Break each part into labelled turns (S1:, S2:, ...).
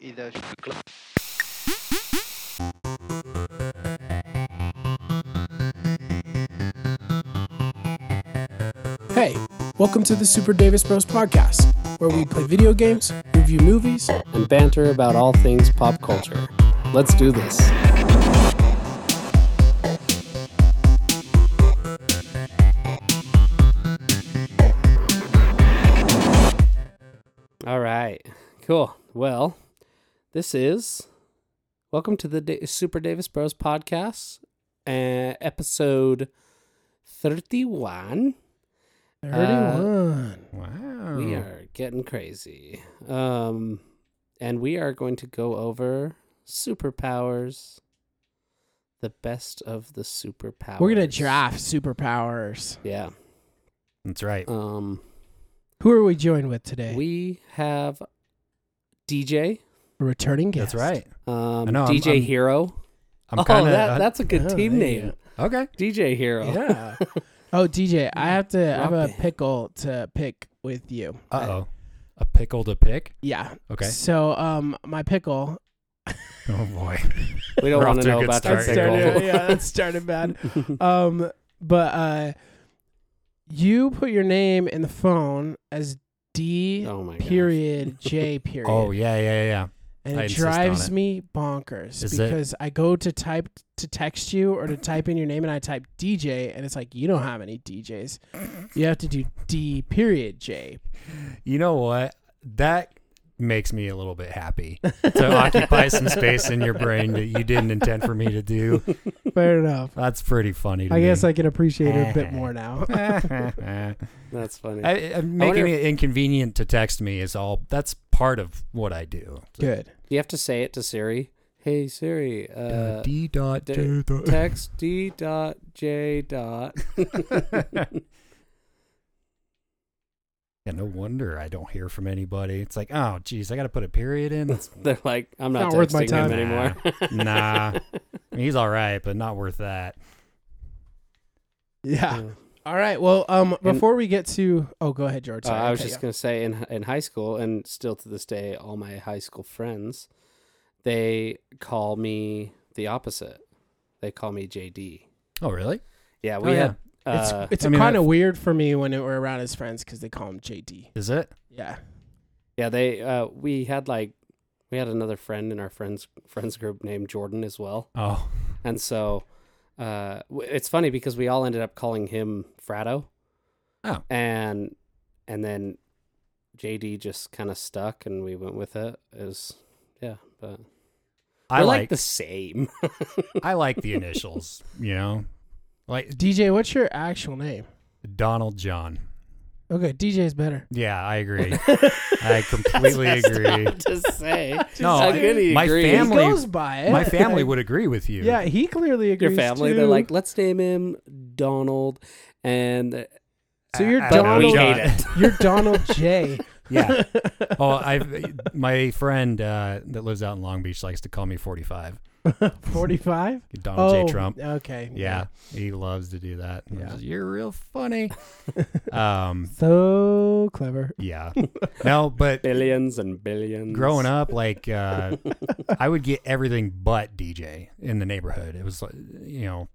S1: either
S2: Hey, welcome to the Super Davis Bros podcast, where we play video games, review movies.
S3: and banter about all things pop culture. Let's do this. All right. Cool. Well, this is welcome to the da- Super Davis Bros podcast, uh, episode 31.
S2: 31.
S4: Uh, Wow.
S3: We are getting crazy. Um, and we are going to go over superpowers, the best of the superpowers.
S2: We're going to draft superpowers.
S3: Yeah.
S4: That's right.
S3: Um,
S2: Who are we joined with today?
S3: we have DJ,
S2: A returning guest.
S4: That's right.
S3: um,
S4: I know, I'm-
S3: DJ
S4: I'm-
S3: Hero.
S4: I'm uh,
S3: oh,
S4: kind of
S3: that, that's a good
S2: Oh,
S3: team
S2: there you
S3: name,
S4: okay.
S3: DJ Hero.
S2: Yeah. oh, DJ, I have to I have a
S3: Drop it.
S2: pickle to pick with you.
S4: Uh oh, a pickle to pick.
S2: Yeah.
S4: Okay.
S2: So, um, my pickle.
S4: Oh boy.
S3: We don't
S4: We're off
S3: want to
S4: to a
S3: know
S4: good
S3: about that
S4: start
S2: That
S4: here.
S2: started,
S3: pickle.
S2: yeah, that started bad. Um, but uh, you put your name in the phone as D
S3: oh my god.
S2: period J period.
S4: Oh yeah, yeah, yeah.
S2: and
S4: I
S2: it
S4: insist on
S2: drives
S4: it.
S2: me bonkers
S4: Is it-
S2: because I go to type to text you or to type in your name and I type DJ and it's like you don't have any DJs. You have to do D period J.
S4: You know what? That makes me a little bit happy to occupy some space in your brain that you didn't intend for me to do.
S2: Fair enough.
S4: That's pretty funny. To
S2: I
S4: me.
S2: guess I can appreciate it a bit more now.
S4: I,
S3: That's funny.
S4: I'm
S3: I
S4: making
S3: wonder
S4: it inconvenient to text me is all. That's part of what I do.
S2: Good.
S3: you have to say it to Siri. Hey Siri, uh,
S4: D dot
S3: d-
S4: J dot.
S3: text D dot J dot.
S4: Yeah, no wonder I don't hear from anybody. It's like, oh, geez, I got to put a period in. That's
S3: They're like, I'm not,
S2: Not worth my
S3: texting
S2: time.
S3: him anymore.
S4: nah, he's all right, but not worth that.
S2: Yeah.
S3: Yeah.
S2: All right. Well, um,
S3: And-
S2: before we get to oh, go ahead, George.
S3: Uh,
S2: Sorry,
S3: I was
S2: cut
S3: just
S2: you
S3: gonna say in in high school, and still to this day, all my high school friends, they call me the opposite. They call me JD.
S4: Oh, really?
S3: Yeah,
S4: Oh,
S3: we
S4: yeah.
S3: had. Uh,
S2: off. it's
S4: I mean,
S2: kind of
S4: I've-
S2: weird for me when we're around his friends because they call him JD.
S4: Is it?
S2: Yeah.
S3: yeah, they uh, we had like we had another friend in our friends friends group named Jordan as well,
S4: Oh,
S3: and so uh, w- it's funny because we all ended up calling him Fratto.
S4: Oh.
S3: and and then JD just kind of stuck, and we went with it. It was yeah, but
S4: I
S3: They're,
S4: like
S3: the same.
S4: I like the initials. You know, like
S2: DJ, what's your actual name?
S4: Donald John.
S2: Okay, DJ is better.
S4: Yeah, I agree. I completely agree.
S3: to say.
S4: No,
S3: I
S4: I-
S3: really
S4: my
S3: agree.
S2: He
S4: family-
S2: goes by it.
S4: My family would agree with you.
S2: Yeah, he clearly
S3: your
S2: agrees.
S3: family,
S2: too.
S3: they're like, let's name him Donald, and
S2: so you're
S4: I- I don't know,
S3: but we
S2: Donald.
S3: hate
S4: John.
S3: it.
S2: You're Donald J.
S4: Yeah. Oh, I. My friend uh, that lives out in Long Beach likes to call me 45.
S2: Forty-five.
S4: Donald
S2: Oh,
S4: J. Trump.
S2: Okay.
S4: Yeah, he loves to do that. And I'm
S2: Yeah.
S4: just, You're real funny. um,
S2: So clever.
S4: yeah. No, but
S3: Billions and billions.
S4: growing up, like uh, I would get everything but DJ in the neighborhood. It was like, you know,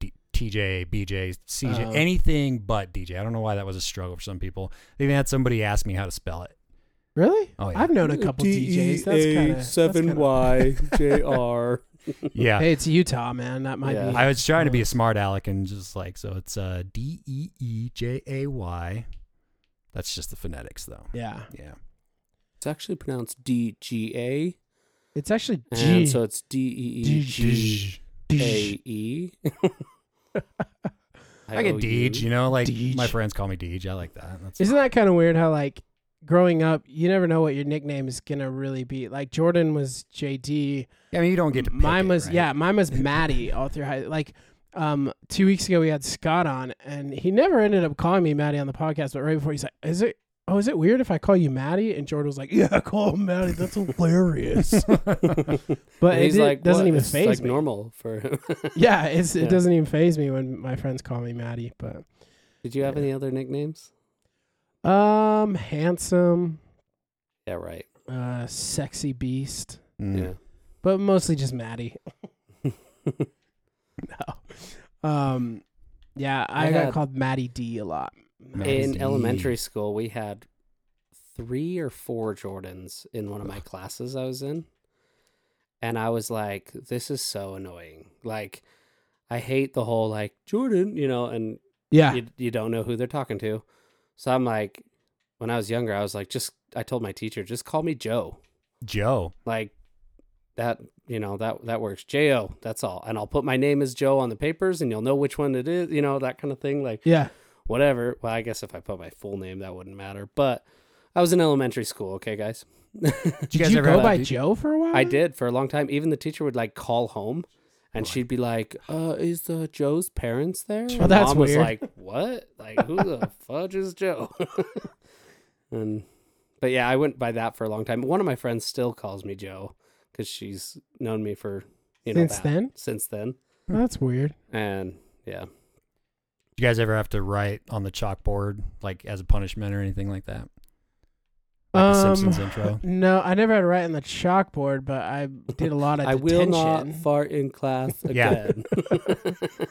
S4: D- TJ, BJ, CJ,
S2: Oh.
S4: anything but DJ. I don't know why that was a struggle for some people. They even had somebody ask me how to spell it.
S2: Really?
S4: Oh yeah,
S2: I've known a couple DJs. That's kind of
S3: E seven Y J R.
S4: yeah.
S2: Hey, it's Utah, man. That might
S3: Yeah.
S2: be.
S4: I was trying to be a smart aleck and just like so. It's uh, D E E J A Y. That's just the phonetics, though.
S2: yeah.
S4: Yeah.
S3: It's actually pronounced D G A,
S2: It's actually G.
S3: and so it's D E E G A E.
S4: I
S2: Oh,
S4: get E Deej, you know, like
S2: Deej.
S4: my friends call me Deej. I like that. That's
S2: Isn't that kind of weird? How like growing up, you never know what your nickname is gonna really be. Like Jordan was JD.
S4: I mean, you don't get to pick
S2: mine
S4: it,
S2: was
S4: right?
S2: yeah mine was maddie all through high like um two weeks ago we had scott on and he never ended up calling me maddie on the podcast but right before he's like is it oh is it weird if i call you maddie and jordan was like yeah call him maddie that's hilarious but
S3: And
S2: it
S3: he's
S2: did-
S3: like,
S2: doesn't
S3: "What?
S2: even
S3: It's
S2: phase
S3: like
S2: me
S3: normal for him.
S2: yeah it's
S3: Yeah.
S2: it doesn't even phase me when my friends call me maddie but
S3: Did you have any other nicknames?
S2: um handsome
S3: Yeah, right.
S2: uh, sexy beast,
S4: Mm.
S3: Yeah.
S2: but mostly just Maddie. no, um, yeah, I,
S3: I
S2: got
S3: had-
S2: called Maddie D a lot.
S4: Maddie
S3: in
S4: D.
S3: elementary school we had three or four jordans in one of my classes i was in and i was like this is so annoying like i hate the whole like jordan you know and
S2: Yeah,
S3: you, you don't know who they're talking to so i'm like when i was younger i was like just i told my teacher just call me joe
S4: Joe.
S3: like that you know that that works jo that's all and i'll put my name as joe on the papers and you'll know which one it is you know that kind of thing like
S2: yeah,
S3: whatever. Well, I guess if I put my full name, that wouldn't matter. But I was in elementary school, okay, guys?
S4: Did
S2: Did
S4: you guys
S2: you
S4: ever
S2: go
S4: have-
S2: by
S4: did-
S2: Joe for a while?
S3: I did for a long time. Even the teacher would like call home and she'd be like, uh, Is uh, Joe's parents there?
S2: Oh,
S3: And
S2: that's
S3: Mom was
S2: weird.
S3: like, What? Like, who the fudge is Joe? and, but yeah, I went by that for a long time. One of my friends still calls me Joe because she's known me for, you know,
S2: Since
S3: that-
S2: then?
S3: Since then.
S2: That's weird.
S3: And yeah.
S4: Did you guys ever have to write on the chalkboard like as a punishment or anything like that? Like the
S2: Um,
S4: Simpsons intro.
S2: No, I never had to write on the chalkboard, but I did a lot of
S3: I will
S2: detention.
S3: not fart in class
S4: Yeah.
S3: again.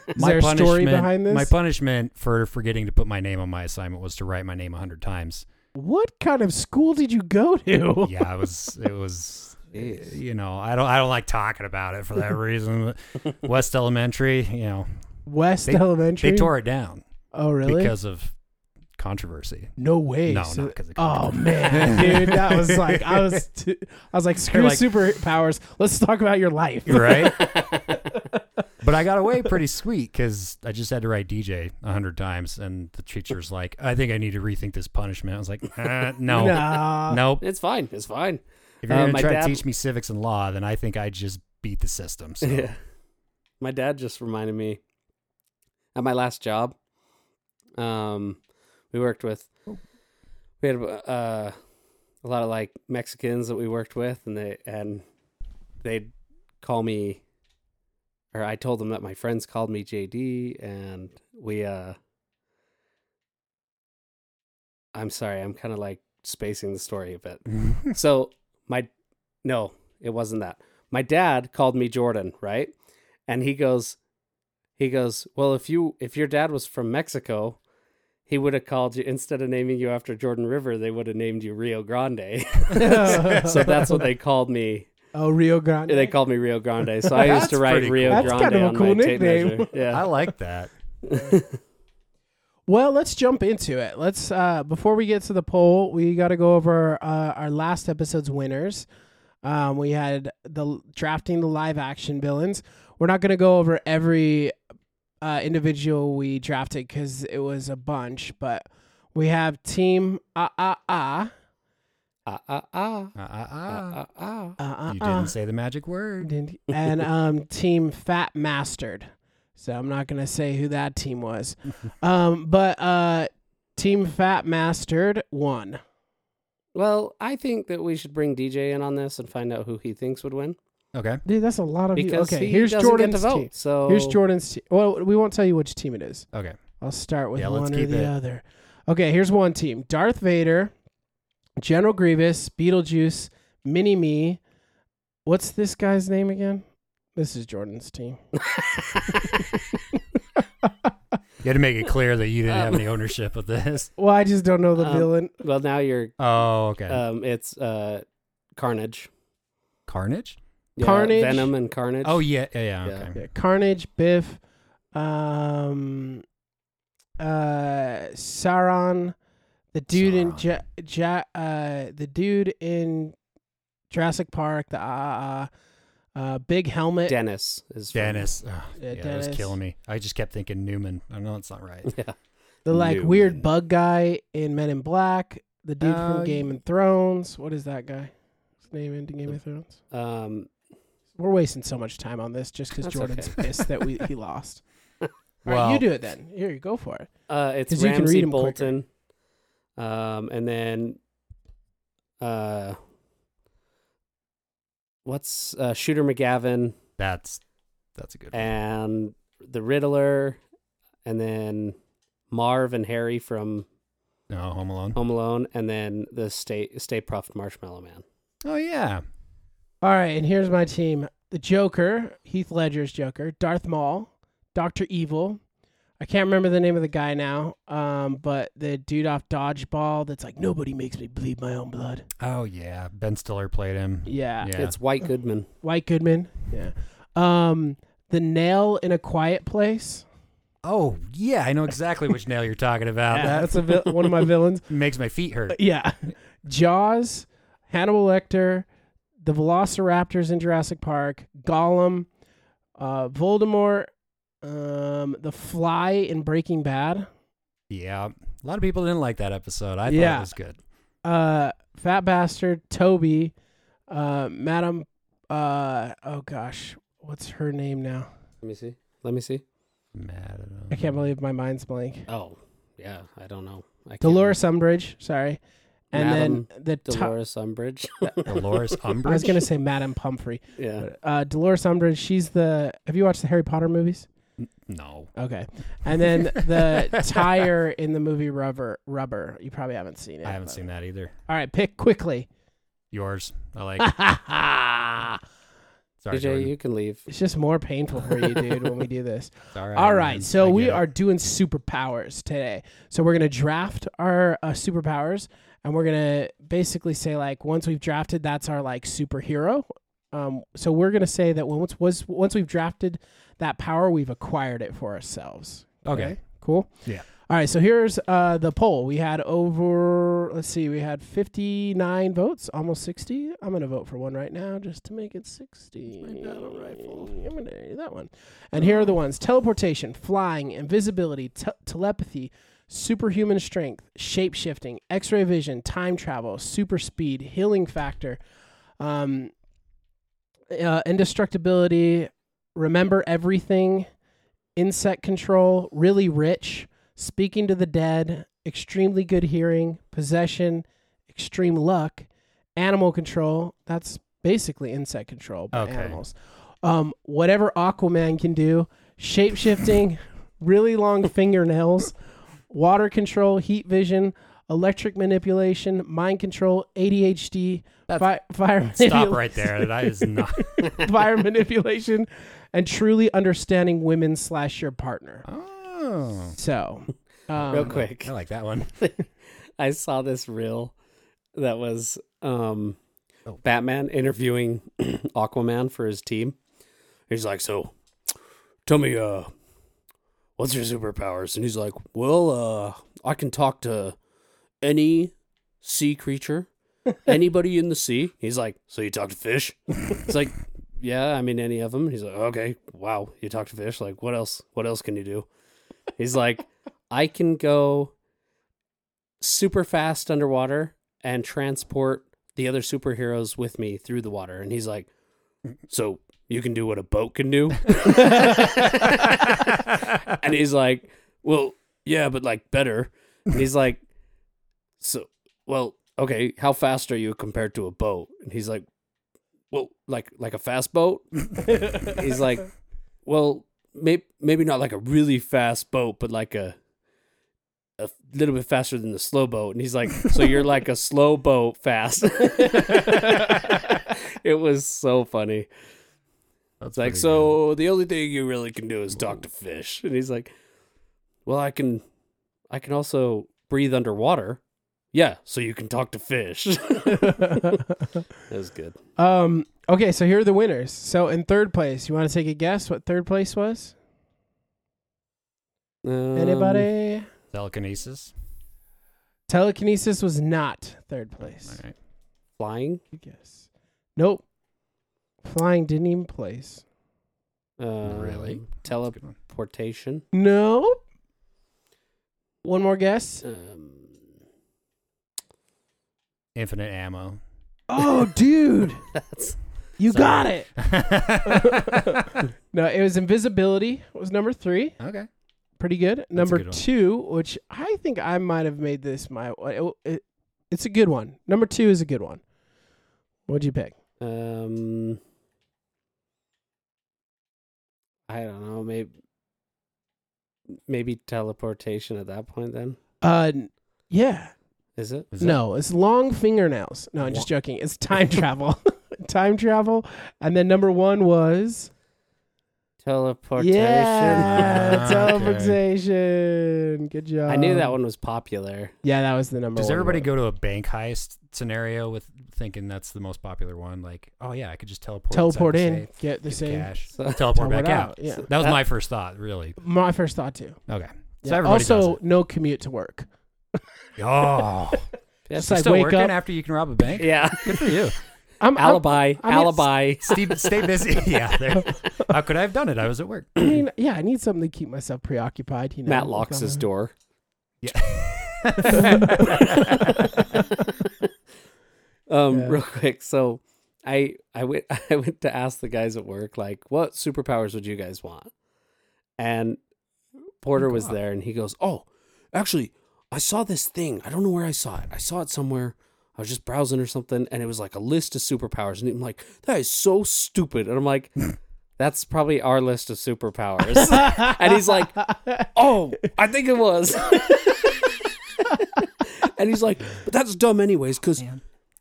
S2: Is there a story behind this?
S4: My punishment for forgetting to put my name on my assignment was to write my name a hundred times.
S2: what kind of school did you go to?
S4: Yeah, it was. It was. eh,
S3: Jeez.
S4: You know, I don't. I don't like talking about it for that reason. but West Elementary. You know,
S2: West
S4: They-
S2: Elementary.
S4: they tore it down
S2: oh, really?
S4: because of controversy.
S2: no way.
S4: No,
S2: So-
S4: not because of
S2: oh
S4: controversy.
S2: man, dude, that was like I was t- I was like screw
S4: like-
S2: superpowers. Let's talk about your life.
S4: right? but I got away pretty sweet because I just had to write DJ a hundred times, and the teacher's like, "I think I need to rethink this punishment." I was like, uh, "No,
S2: Nah.
S4: nope.
S3: It's fine. It's fine.
S4: If you're
S3: Uh,
S4: gonna
S3: my
S4: try
S3: dad-
S4: to teach me civics and law, then I think I just beat the system." So.
S3: Yeah. My dad just reminded me at my last job. Um, we worked with we had uh, a lot of like Mexicans that we worked with, and they and they'd call me, or I told them that my friends called me JD, and we. uh I'm sorry, I'm kind of like spacing the story a bit. so my no, it wasn't that. My dad called me Jordan, right? And he goes he goes, "Well, if you if your dad was from Mexico, he would have called you instead of naming you after Jordan River, they would have named you Rio Grande." so that's what they called me.
S2: oh Rio Grande.
S3: They called me Rio Grande. So I used to
S4: That's
S3: write
S4: pretty
S3: Rio
S4: cool.
S2: That's
S3: Grande
S2: kind of a
S3: on
S2: cool
S3: my tape
S2: nickname.
S3: measure.
S4: I
S3: Yeah.
S4: like that.
S2: Well, let's jump into it. Let's uh, before we get to the poll, we got to go over uh, our last episode's winners. Um, we had the drafting the live action villains. We're not going to go over every uh, individual we drafted because it was a bunch, but we have team ah ah ah
S3: Ah ah ah.
S4: Uh, uh, uh.
S3: Ah ah
S2: ah
S4: You
S2: ah
S4: didn't say the magic word.
S2: Didn't- and um, team Fat Mastered. So I'm not gonna say who that team was, um, but uh, team Fat Mastered won.
S3: Well, I think that we should bring DJ in on this and find out who he thinks would win
S4: Okay.
S2: Dude, that's a lot of
S3: because
S2: you. Oh, Okay,
S3: he
S2: here's
S3: doesn't
S2: Jordan's
S3: get to vote.
S2: team.
S3: So
S2: Here's Jordan's team. Well, we won't tell you which team it is.
S4: Okay.
S2: I'll start with
S4: Yeah, let's
S2: one or
S4: keep
S2: the
S4: it.
S2: other. Okay, here's one team: Darth Vader, General Grievous, Beetlejuice, Mini Me. What's this guy's name again? This is Jordan's team.
S4: You had to make it clear that you didn't have
S3: Um.
S4: any ownership of this.
S2: Well, I just don't know the
S3: Um,
S2: villain.
S3: Well, now you're
S4: Oh, okay.
S3: um it's uh Carnage.
S4: Carnage.
S3: Yeah,
S2: Carnage?
S3: Venom and Carnage.
S4: Oh yeah, yeah, yeah.
S3: Yeah.
S4: Okay.
S2: Yeah, Carnage, Biff, um, uh, Sauron, the dude in
S4: Sauron.
S2: ja, ja, uh, the dude in Jurassic Park, the ah uh, uh, big helmet.
S3: Dennis is from-
S4: Dennis. Ugh, yeah, that was
S2: Dennis.
S4: killing me. I just kept thinking Newman. I know it's not right.
S3: Yeah.
S2: the like weird
S3: Newman.
S2: bug guy in Men in Black, the dude
S4: Uh,
S2: from Game of Thrones. What is that guy? His name in Game of Thrones.
S3: Um
S2: We're wasting so much time on this just because
S3: That's
S2: Jordan's
S3: okay.
S2: pissed that we he lost. All right,
S4: Well-
S2: you do it then. Here, you go for it.
S3: uh it's
S2: 'Cause you can
S3: Ramsey
S2: read 'em
S3: Bolton. Um and then uh what's uh Shooter McGavin
S4: That's that's a good one.
S3: and the Riddler and then Marv and Harry from
S4: No, Home Alone.
S3: Home Alone and then the stay stay puffed marshmallow man.
S4: Oh yeah.
S2: All right, and here's my team: the Joker, Heath Ledger's Joker, Darth Maul, Doctor Evil. I can't remember the name of the guy now, um, but the dude off Dodgeball that's like nobody makes me bleed my own blood.
S4: Oh yeah. Ben Stiller played him.
S2: Yeah,
S4: Yeah.
S3: It's White Goodman.
S2: White Goodman. Yeah, um, the Nail in a Quiet Place.
S4: Oh yeah. I know exactly which nail you're talking about.
S2: Yeah,
S4: that
S2: that's a vil- one of my villains.
S4: makes my feet hurt.
S2: Yeah, Jaws, Hannibal Lecter, the Velociraptors in Jurassic Park, Gollum, uh, Voldemort, um, the Fly in Breaking Bad,
S4: Yeah. A lot of people didn't like that episode. I thought
S2: Yeah.
S4: it was good.
S2: uh, Fat Bastard, Toby, uh, Madam, uh, oh gosh, what's her name now?
S3: Let me see. Let me see.
S4: Mad at him.
S2: I can't believe my mind's blank.
S3: Oh, yeah. I don't know. I can't-
S2: Dolores Umbridge, sorry, and then the top.
S3: Dolores Umbridge.
S4: Dolores Umbridge.
S2: I was gonna say Madam Pumphrey.
S3: yeah.
S2: Uh, Dolores Umbridge. She's the. Have you watched the Harry Potter movies?
S4: No.
S2: Okay. And then the tire in the movie Rubber. Rubber. You probably haven't seen it.
S4: I haven't
S2: but-
S4: seen that either.
S2: All right, pick quickly.
S4: Yours. I like.
S2: Ah, it's
S4: Sorry,
S3: DJ,
S4: Jordan.
S3: you can leave.
S2: just more painful for you, dude, when we do this.
S4: It's all right.
S2: All right,
S4: man.
S2: so
S4: Um, I
S2: we
S4: get it.
S2: are doing superpowers today. So we're gonna draft our uh, superpowers, and we're gonna basically say like once we've drafted, that's our like superhero. Um, so we're gonna say that once was once we've drafted that power, we've acquired it for ourselves.
S4: Okay.
S2: Cool.
S4: Yeah.
S2: All right. So here's uh, the poll. We had over. Let's see. We had 59 votes, almost 60. I'm gonna vote for one right now just to make it 60.
S3: battle rifle.
S2: I'm gonna do that one. And here are the ones: teleportation, flying, invisibility, te- telepathy, superhuman strength, shape shifting, X-ray vision, time travel, super speed, healing factor, um, uh, indestructibility, remember everything, insect control, really rich, speaking to the dead, extremely good hearing, possession, extreme luck, animal control. That's basically insect control by
S4: Okay.
S2: animals. Um, whatever Aquaman can do, shape shifting, really long fingernails, water control, heat vision, electric manipulation, mind control, ADHD, fi- fire
S4: Stop
S2: manipula-
S4: right there. That is not.
S2: fire manipulation, and truly understanding women slash your partner.
S4: Oh,
S2: So, um,
S3: Real quick.
S4: I like that one.
S3: I saw this reel that was um,
S4: Oh.
S3: Batman interviewing Aquaman for his team. He's like, "So, tell me, uh, what's your superpowers?" And he's like, "Well, uh, I can talk to any sea creature, anybody in the sea." He's like, "So you talk to fish?" It's like, "Yeah, I mean any of them." He's like, "Okay, wow, you talk to fish. Like, what else? What else can you do?" He's like, "I can go." super fast underwater and transport the other superheroes with me through the water. And he's like, So you can do what a boat can do? and he's like, Well, yeah, but like better. And he's like, So, well, okay, how fast are you compared to a boat? And he's like, Well, like like a fast boat? he's like, Well, maybe maybe not like a really fast boat, but like a a little bit faster than the slow boat. And he's like, So you're like a slow boat fast. it was so funny.
S4: That's
S3: It's like,
S4: pretty
S3: So the only thing you really can do is talk to fish. And he's like, Well, I can I can also breathe underwater. Yeah, so you can talk to fish. that was good.
S2: um, okay, so here are the winners. So, in third place, you want to take a guess what third place was?
S3: Um,
S2: Anybody?
S4: good. telekinesis.
S2: Telekinesis was not third place.
S4: All right.
S3: flying?
S2: Good guess. Nope. Flying didn't even place.
S3: Um,
S4: really? That's a good one.
S3: Teleportation?
S2: No. One more guess.
S3: Um,
S4: Infinite ammo.
S2: Oh, dude,
S3: that's
S2: you
S4: Sorry.
S2: got it.
S4: okay.
S2: No, it was invisibility was number three. pretty good. Number
S4: good one.
S2: two, which I think I might have made this my. uh, It, it- it's a good one. Number two is a good one. What'd you pick?
S3: Um, I don't know. Maybe, maybe teleportation at that point. Then
S2: Uh, n- Uh, yeah,
S3: Is it?
S4: Is
S2: No, it's long fingernails. No, I'm just joking. It's time travel. time travel. And then number one was
S3: Teleportation.
S2: yeah,
S4: Ah,
S2: teleportation. Good job.
S3: I knew that one was popular.
S2: Yeah, that was the number.
S4: That, does
S2: one
S4: everybody
S2: one.
S4: go to a bank heist scenario with thinking that's the most popular one? Like, oh yeah, I could just teleport. inside
S2: teleport
S4: the
S2: in,
S4: safe,
S2: get the
S4: get
S2: same?
S4: cash,
S3: So-
S4: teleport,
S2: teleport
S4: back out.
S2: out, yeah.
S4: That was
S3: That-
S4: my first thought, really.
S2: My first thought too.
S4: Okay. So
S2: Yeah.
S4: everybody
S2: Also, no commute to work.
S4: does it. Oh,
S2: It's
S3: Yes.
S2: like
S4: still
S2: wake
S4: working
S2: up.
S4: after you can rob a bank.
S3: Yeah.
S4: Good for you.
S2: I'm, I'm,
S3: alibi.
S2: I mean,
S3: alibi.
S4: Steve, stay busy. yeah. There. How could I have done it? I was at work.
S2: I mean, yeah, I need something to keep myself preoccupied. You know, uh-huh.
S3: Matt locks his door. um,
S2: Yeah.
S3: real quick. So, I I went I went to ask the guys at work like, what superpowers would you guys want? And Porter was
S4: God.
S3: there, and he goes, "Oh, actually, I saw this thing. I don't know where I saw it. I saw it somewhere. I was just browsing or something, and it was like a list of superpowers. And I'm like, that is so stupid. And I'm like, that's probably our list of superpowers. and he's like, oh, I think it was. and he's like, but that's dumb anyways, because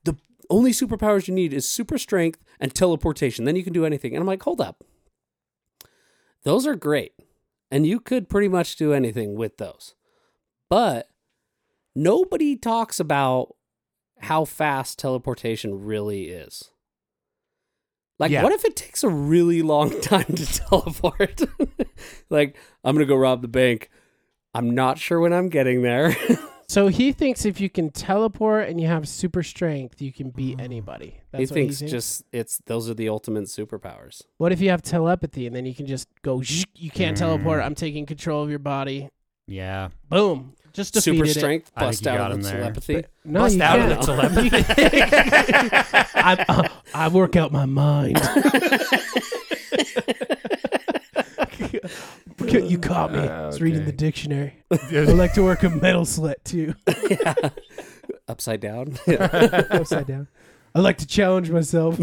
S3: the only superpowers you need is super strength and teleportation. Then you can do anything. And I'm like, hold up. Those are great. And you could pretty much do anything with those. But nobody talks about how fast teleportation really is. Like,
S4: Yeah.
S3: what if it takes a really long time to teleport? like, I'm going to go rob the bank. I'm not sure when I'm getting there.
S2: So he thinks if you can teleport and you have super strength, you can beat
S4: Mm.
S2: anybody. That's
S3: he
S2: what
S3: thinks just it's those are the ultimate superpowers.
S2: What if you have telepathy and then you can just go? "Zhk, You can't
S4: Mm.
S2: teleport. I'm taking control of your body.
S4: Yeah.
S2: Boom. Just defeated
S3: Super
S2: it.
S3: strength,
S4: I think
S3: bust
S4: you got
S3: out of
S4: him
S3: the
S4: there.
S3: telepathy.
S2: No,
S4: Bust
S2: you
S4: out of
S2: can't.
S4: the telepathy.
S2: I, uh, I work out my mind. you caught me. I was reading the
S4: Ah, Okay.
S2: dictionary. I like to work a metal slit too.
S3: Upside down.
S2: Upside down. I like to challenge myself.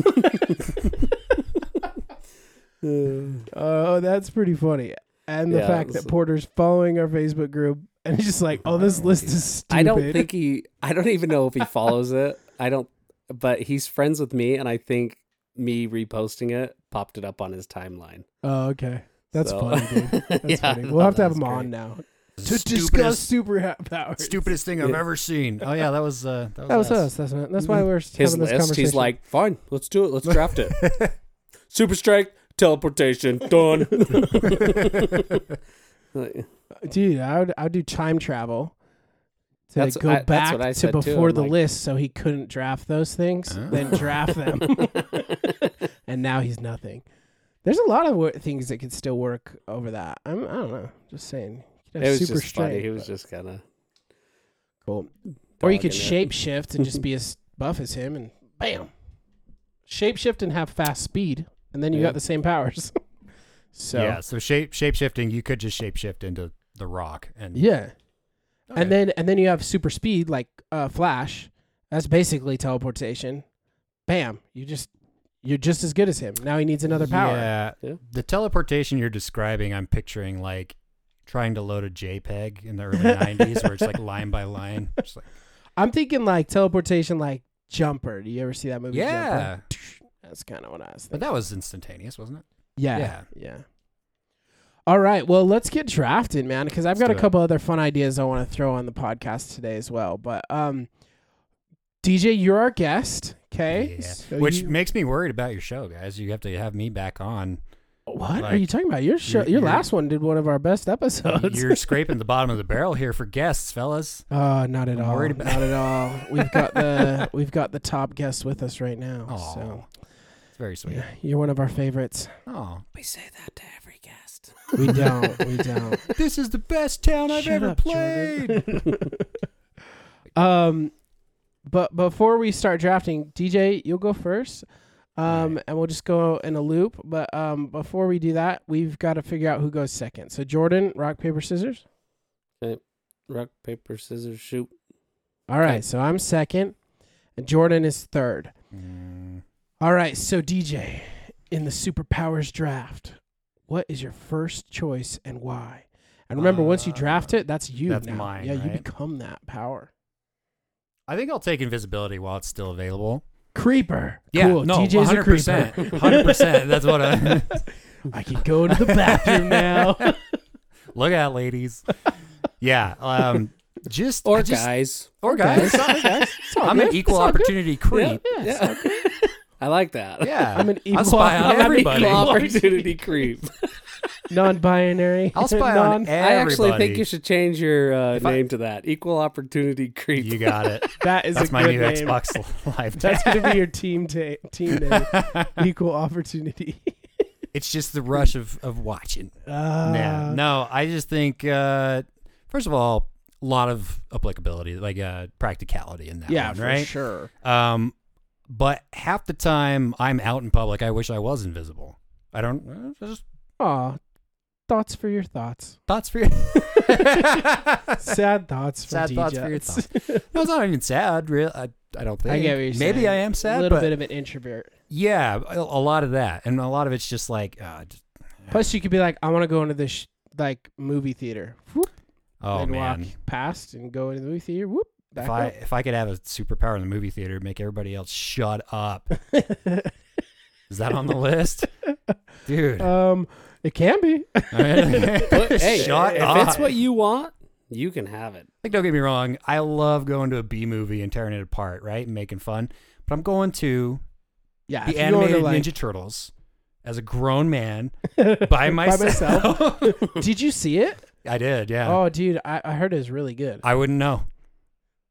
S2: Oh, that's pretty funny. And the
S3: Yeah,
S2: fact
S3: it's-
S2: that Porter's following our Facebook group and he's just like, oh, this list is stupid.
S3: I don't think he. I don't even know if he follows it. I don't. But he's friends with me, and I think me reposting it popped it up on his timeline.
S2: Oh, okay. That's
S3: So-
S2: funny, dude. That's
S3: Yeah,
S2: funny.
S3: no,
S2: We'll have to
S3: that
S2: have
S3: was
S2: him
S3: great.
S2: on now to discuss
S4: Stupidest,
S2: superpowers.
S4: stupidest thing I've
S3: Yeah.
S4: ever seen. Oh yeah, that was uh, that was,
S2: That was us. That's not, that's why we're
S3: Mm-hmm. His
S2: having this
S3: list.
S2: conversation.
S3: He's like, fine, let's do it. Let's draft it. Super strength, teleportation, done.
S2: dude, I would I would do time travel to
S3: That's-
S2: go
S3: I- that's
S2: back
S3: what
S2: to
S3: I said too.
S2: before
S3: I'm
S2: the
S3: like-
S2: list, so he couldn't draft those things, then draft them, and now he's nothing. There's a lot of wo- things that could still work over that. I'm I don't know, just saying. You could
S3: it
S2: have
S3: was
S2: super
S3: just funny.
S2: strength,
S3: He was
S2: but
S3: just kind of.
S2: cool. Or you could
S3: dogging it.
S2: shape shift and just be as buff as him, and bam, shape shift and have fast speed, and then you
S3: Yeah.
S2: got the same powers. so
S4: Yeah, so shape shape shifting, you could just shape shift into the rock and
S2: Yeah.
S4: Okay.
S2: And then and then you have super speed like uh, Flash. That's basically teleportation. Bam, you just you're just as good as him. Now he needs another power.
S4: Yeah.
S3: Yeah.
S4: The teleportation you're describing, I'm picturing like trying to load a JPEG in the early 90s where it's like line by line. Just like,
S2: I'm thinking like teleportation like Jumper. Do you ever see that movie
S4: yeah.
S2: Jumper? That's kind of what I was
S4: But
S2: thinking.
S4: that was instantaneous, wasn't it?
S2: yeah.
S4: yeah.
S2: Yeah. All right. Well, let's get drafted, man, because I've
S4: Let's
S2: got
S4: do
S2: a
S4: it.
S2: couple other fun ideas I want to throw on the podcast today as well. But um DJ, you're our guest, okay?
S4: Yeah.
S2: So
S4: Which
S2: you-
S4: makes me worried about your show, guys. You have to have me back on.
S2: What are
S4: Like,
S2: you talking about? Your show,
S4: you're-
S2: your,
S4: you're-
S2: last one did one of our best episodes.
S4: You're scraping the bottom of the barrel here for guests, fellas.
S2: uh, not at
S4: I'm
S2: all.
S4: worried about-
S2: not at all. We've got the we've got the top guest with us right now.
S4: Oh,
S2: So
S4: it's very sweet.
S2: yeah, you're one of our favorites.
S4: Oh,
S3: We say that to every guest.
S2: We don't. we don't.
S4: this is the best town I've
S2: Shut
S4: ever
S2: up, Jordan.
S4: played.
S2: Um, but before we start drafting, DJ, you'll go first. Um, and we'll just go in a loop. But um, before we do that, we've got to figure out who goes second. So Jordan, rock paper scissors.
S3: Rock, paper, scissors, shoot.
S2: All right. So I'm second, and Jordan is third.
S4: Mm,
S2: All right, so DJ, in the superpowers draft, what is your first choice and why? And remember, once you draft
S4: Uh,
S2: it, that's you.
S4: that's
S2: now.
S4: mine,
S2: Yeah, you
S4: right?
S2: become that power.
S4: I think I'll take invisibility while it's still available.
S2: Creeper.
S4: Yeah,
S2: cool.
S4: no,
S2: DJ's a
S4: hundred
S2: creeper.
S4: percent, hundred percent. That's what I
S2: I can go to the bathroom now.
S4: look at, ladies. Yeah, um, just
S3: Or
S4: I just,
S3: guys.
S4: or guys. I'm an equal opportunity creep.
S3: Yeah. I like that.
S4: Yeah,
S2: I'm an
S4: I'll
S2: equal
S4: spy
S2: opportunity-
S4: on
S2: I'm an
S4: everybody.
S3: Equal opportunity creep.
S2: Non-binary.
S4: I'll spy
S2: Non-
S4: on
S3: I
S4: everybody.
S3: actually think you should change your uh,
S4: I-
S3: name to that. Equal opportunity creep.
S4: You got it.
S2: That is
S4: That's
S2: a
S4: my
S2: good
S4: new
S2: name.
S4: Xbox Live.
S2: That's
S4: Tag.
S2: gonna be your team ta- team name. Equal opportunity.
S4: It's just the rush of of watching.
S2: Uh,
S4: Nah, no, I just think uh, first of all, a lot of applicability, like uh, practicality in that
S2: Yeah,
S4: one,
S2: for
S4: right?
S2: sure.
S4: Um, but half the time I'm out in public, I wish I was invisible. I don't. uh, Just
S2: Aw, thoughts for your thoughts.
S4: thoughts for you. no,
S2: Sad thoughts from
S4: Sad
S2: DJ.
S4: thoughts for your thoughts. it's not even sad. Real, I, I don't think.
S2: I get what you're
S4: Maybe
S2: saying.
S4: I am sad,
S2: A little
S4: but
S2: bit of an introvert.
S4: yeah, a, a lot of that, and a lot of it's just like, uh, just,
S2: Plus, you could be like, I want to go into this sh- like movie theater. Whoop,
S4: oh
S2: then
S4: man.
S2: walk past and go into the movie theater. Whoop, back
S4: If I
S2: up.
S4: if I could have a superpower in the movie theater, make everybody else shut up. Is that on the list, dude?
S2: um, it can be.
S3: But, hey,
S4: shut
S3: if
S4: up.
S3: it's what you want, you can have it.
S4: Like, don't get me wrong. I love going to a B movie and tearing it apart, right? And making fun. But I'm going to
S2: Yeah, if
S4: the
S2: you go into,
S4: animated
S2: like-
S4: Ninja Turtles as a grown man by myself.
S2: Did you see it?
S4: I did, yeah.
S2: Oh, dude, I, I heard it was really good.
S4: I wouldn't know.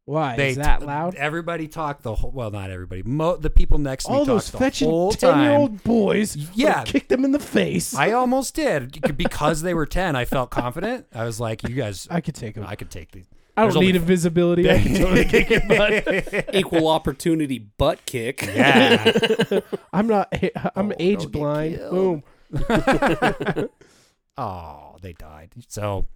S2: Why
S4: They
S2: is that
S4: t-
S2: loud?
S4: Everybody talked the whole. Well, not everybody. Mo- the people next to me
S2: All those
S4: talked the
S2: fetching
S4: whole time.
S2: ten-year-old boys.
S4: Yeah.
S2: kick them in the face. I,
S4: I almost did because they were ten. I felt confident. I was like, "You guys,
S2: could take them.
S4: I could take these."
S2: I
S4: there's
S2: don't need
S4: only-
S2: invisibility. I can totally kick your butt.
S3: Equal opportunity butt kick.
S4: yeah,
S2: I'm not. I'm
S4: Oh, don't
S2: age
S4: get
S2: blind.
S4: killed.
S2: Boom.
S4: oh, they died. So,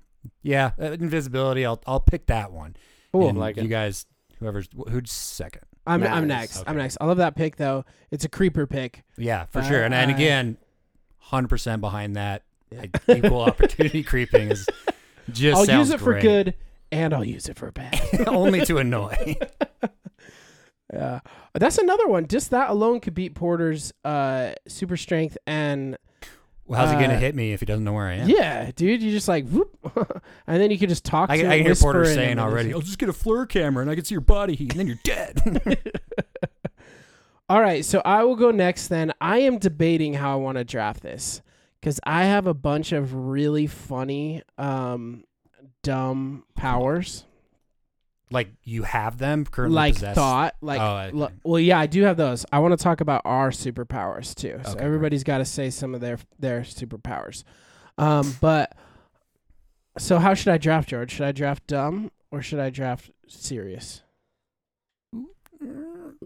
S4: yeah, uh, invisibility. I'll I'll pick that one.
S2: Cool.
S4: And
S3: Like
S4: you
S3: it.
S4: guys, whoever's wh- who's second.
S2: I'm I'm
S3: Nice.
S2: next. I'm next. I love that pick though. It's a creeper pick.
S4: Yeah, for
S2: Uh,
S4: sure. And and
S2: I-
S4: again, hundred percent behind that. I- Equal opportunity creeping is just.
S2: I'll
S4: sounds
S2: use it for
S4: great.
S2: good and I'll use it for bad.
S4: only to annoy.
S2: yeah. That's another one. Just that alone could beat Porter's uh super strength and
S4: Well, how's he
S2: Uh,
S4: gonna hit me if he doesn't know where I
S2: yeah,
S4: am? dude, you
S2: just like whoop and then you could just talk
S4: I,
S2: to
S4: can-
S2: it,
S4: I can hear
S2: whisper
S4: Porter
S2: it, and
S4: saying
S2: then "Oh,
S4: already,
S2: it's-
S4: I'll just get a FLIR camera and I can see your body heat and then you're dead.
S2: All right, so I will go next then. I am debating how I want to draft this cuz I have a bunch of really funny um dumb powers.
S4: like, you have them currently
S2: like
S4: possessed.
S2: thought like
S4: Oh, okay.
S2: lo- well yeah i do have those i want to talk about our superpowers too so
S4: Okay,
S2: everybody's got to say some of their their superpowers um but so how should i draft george should i draft dumb or should i draft serious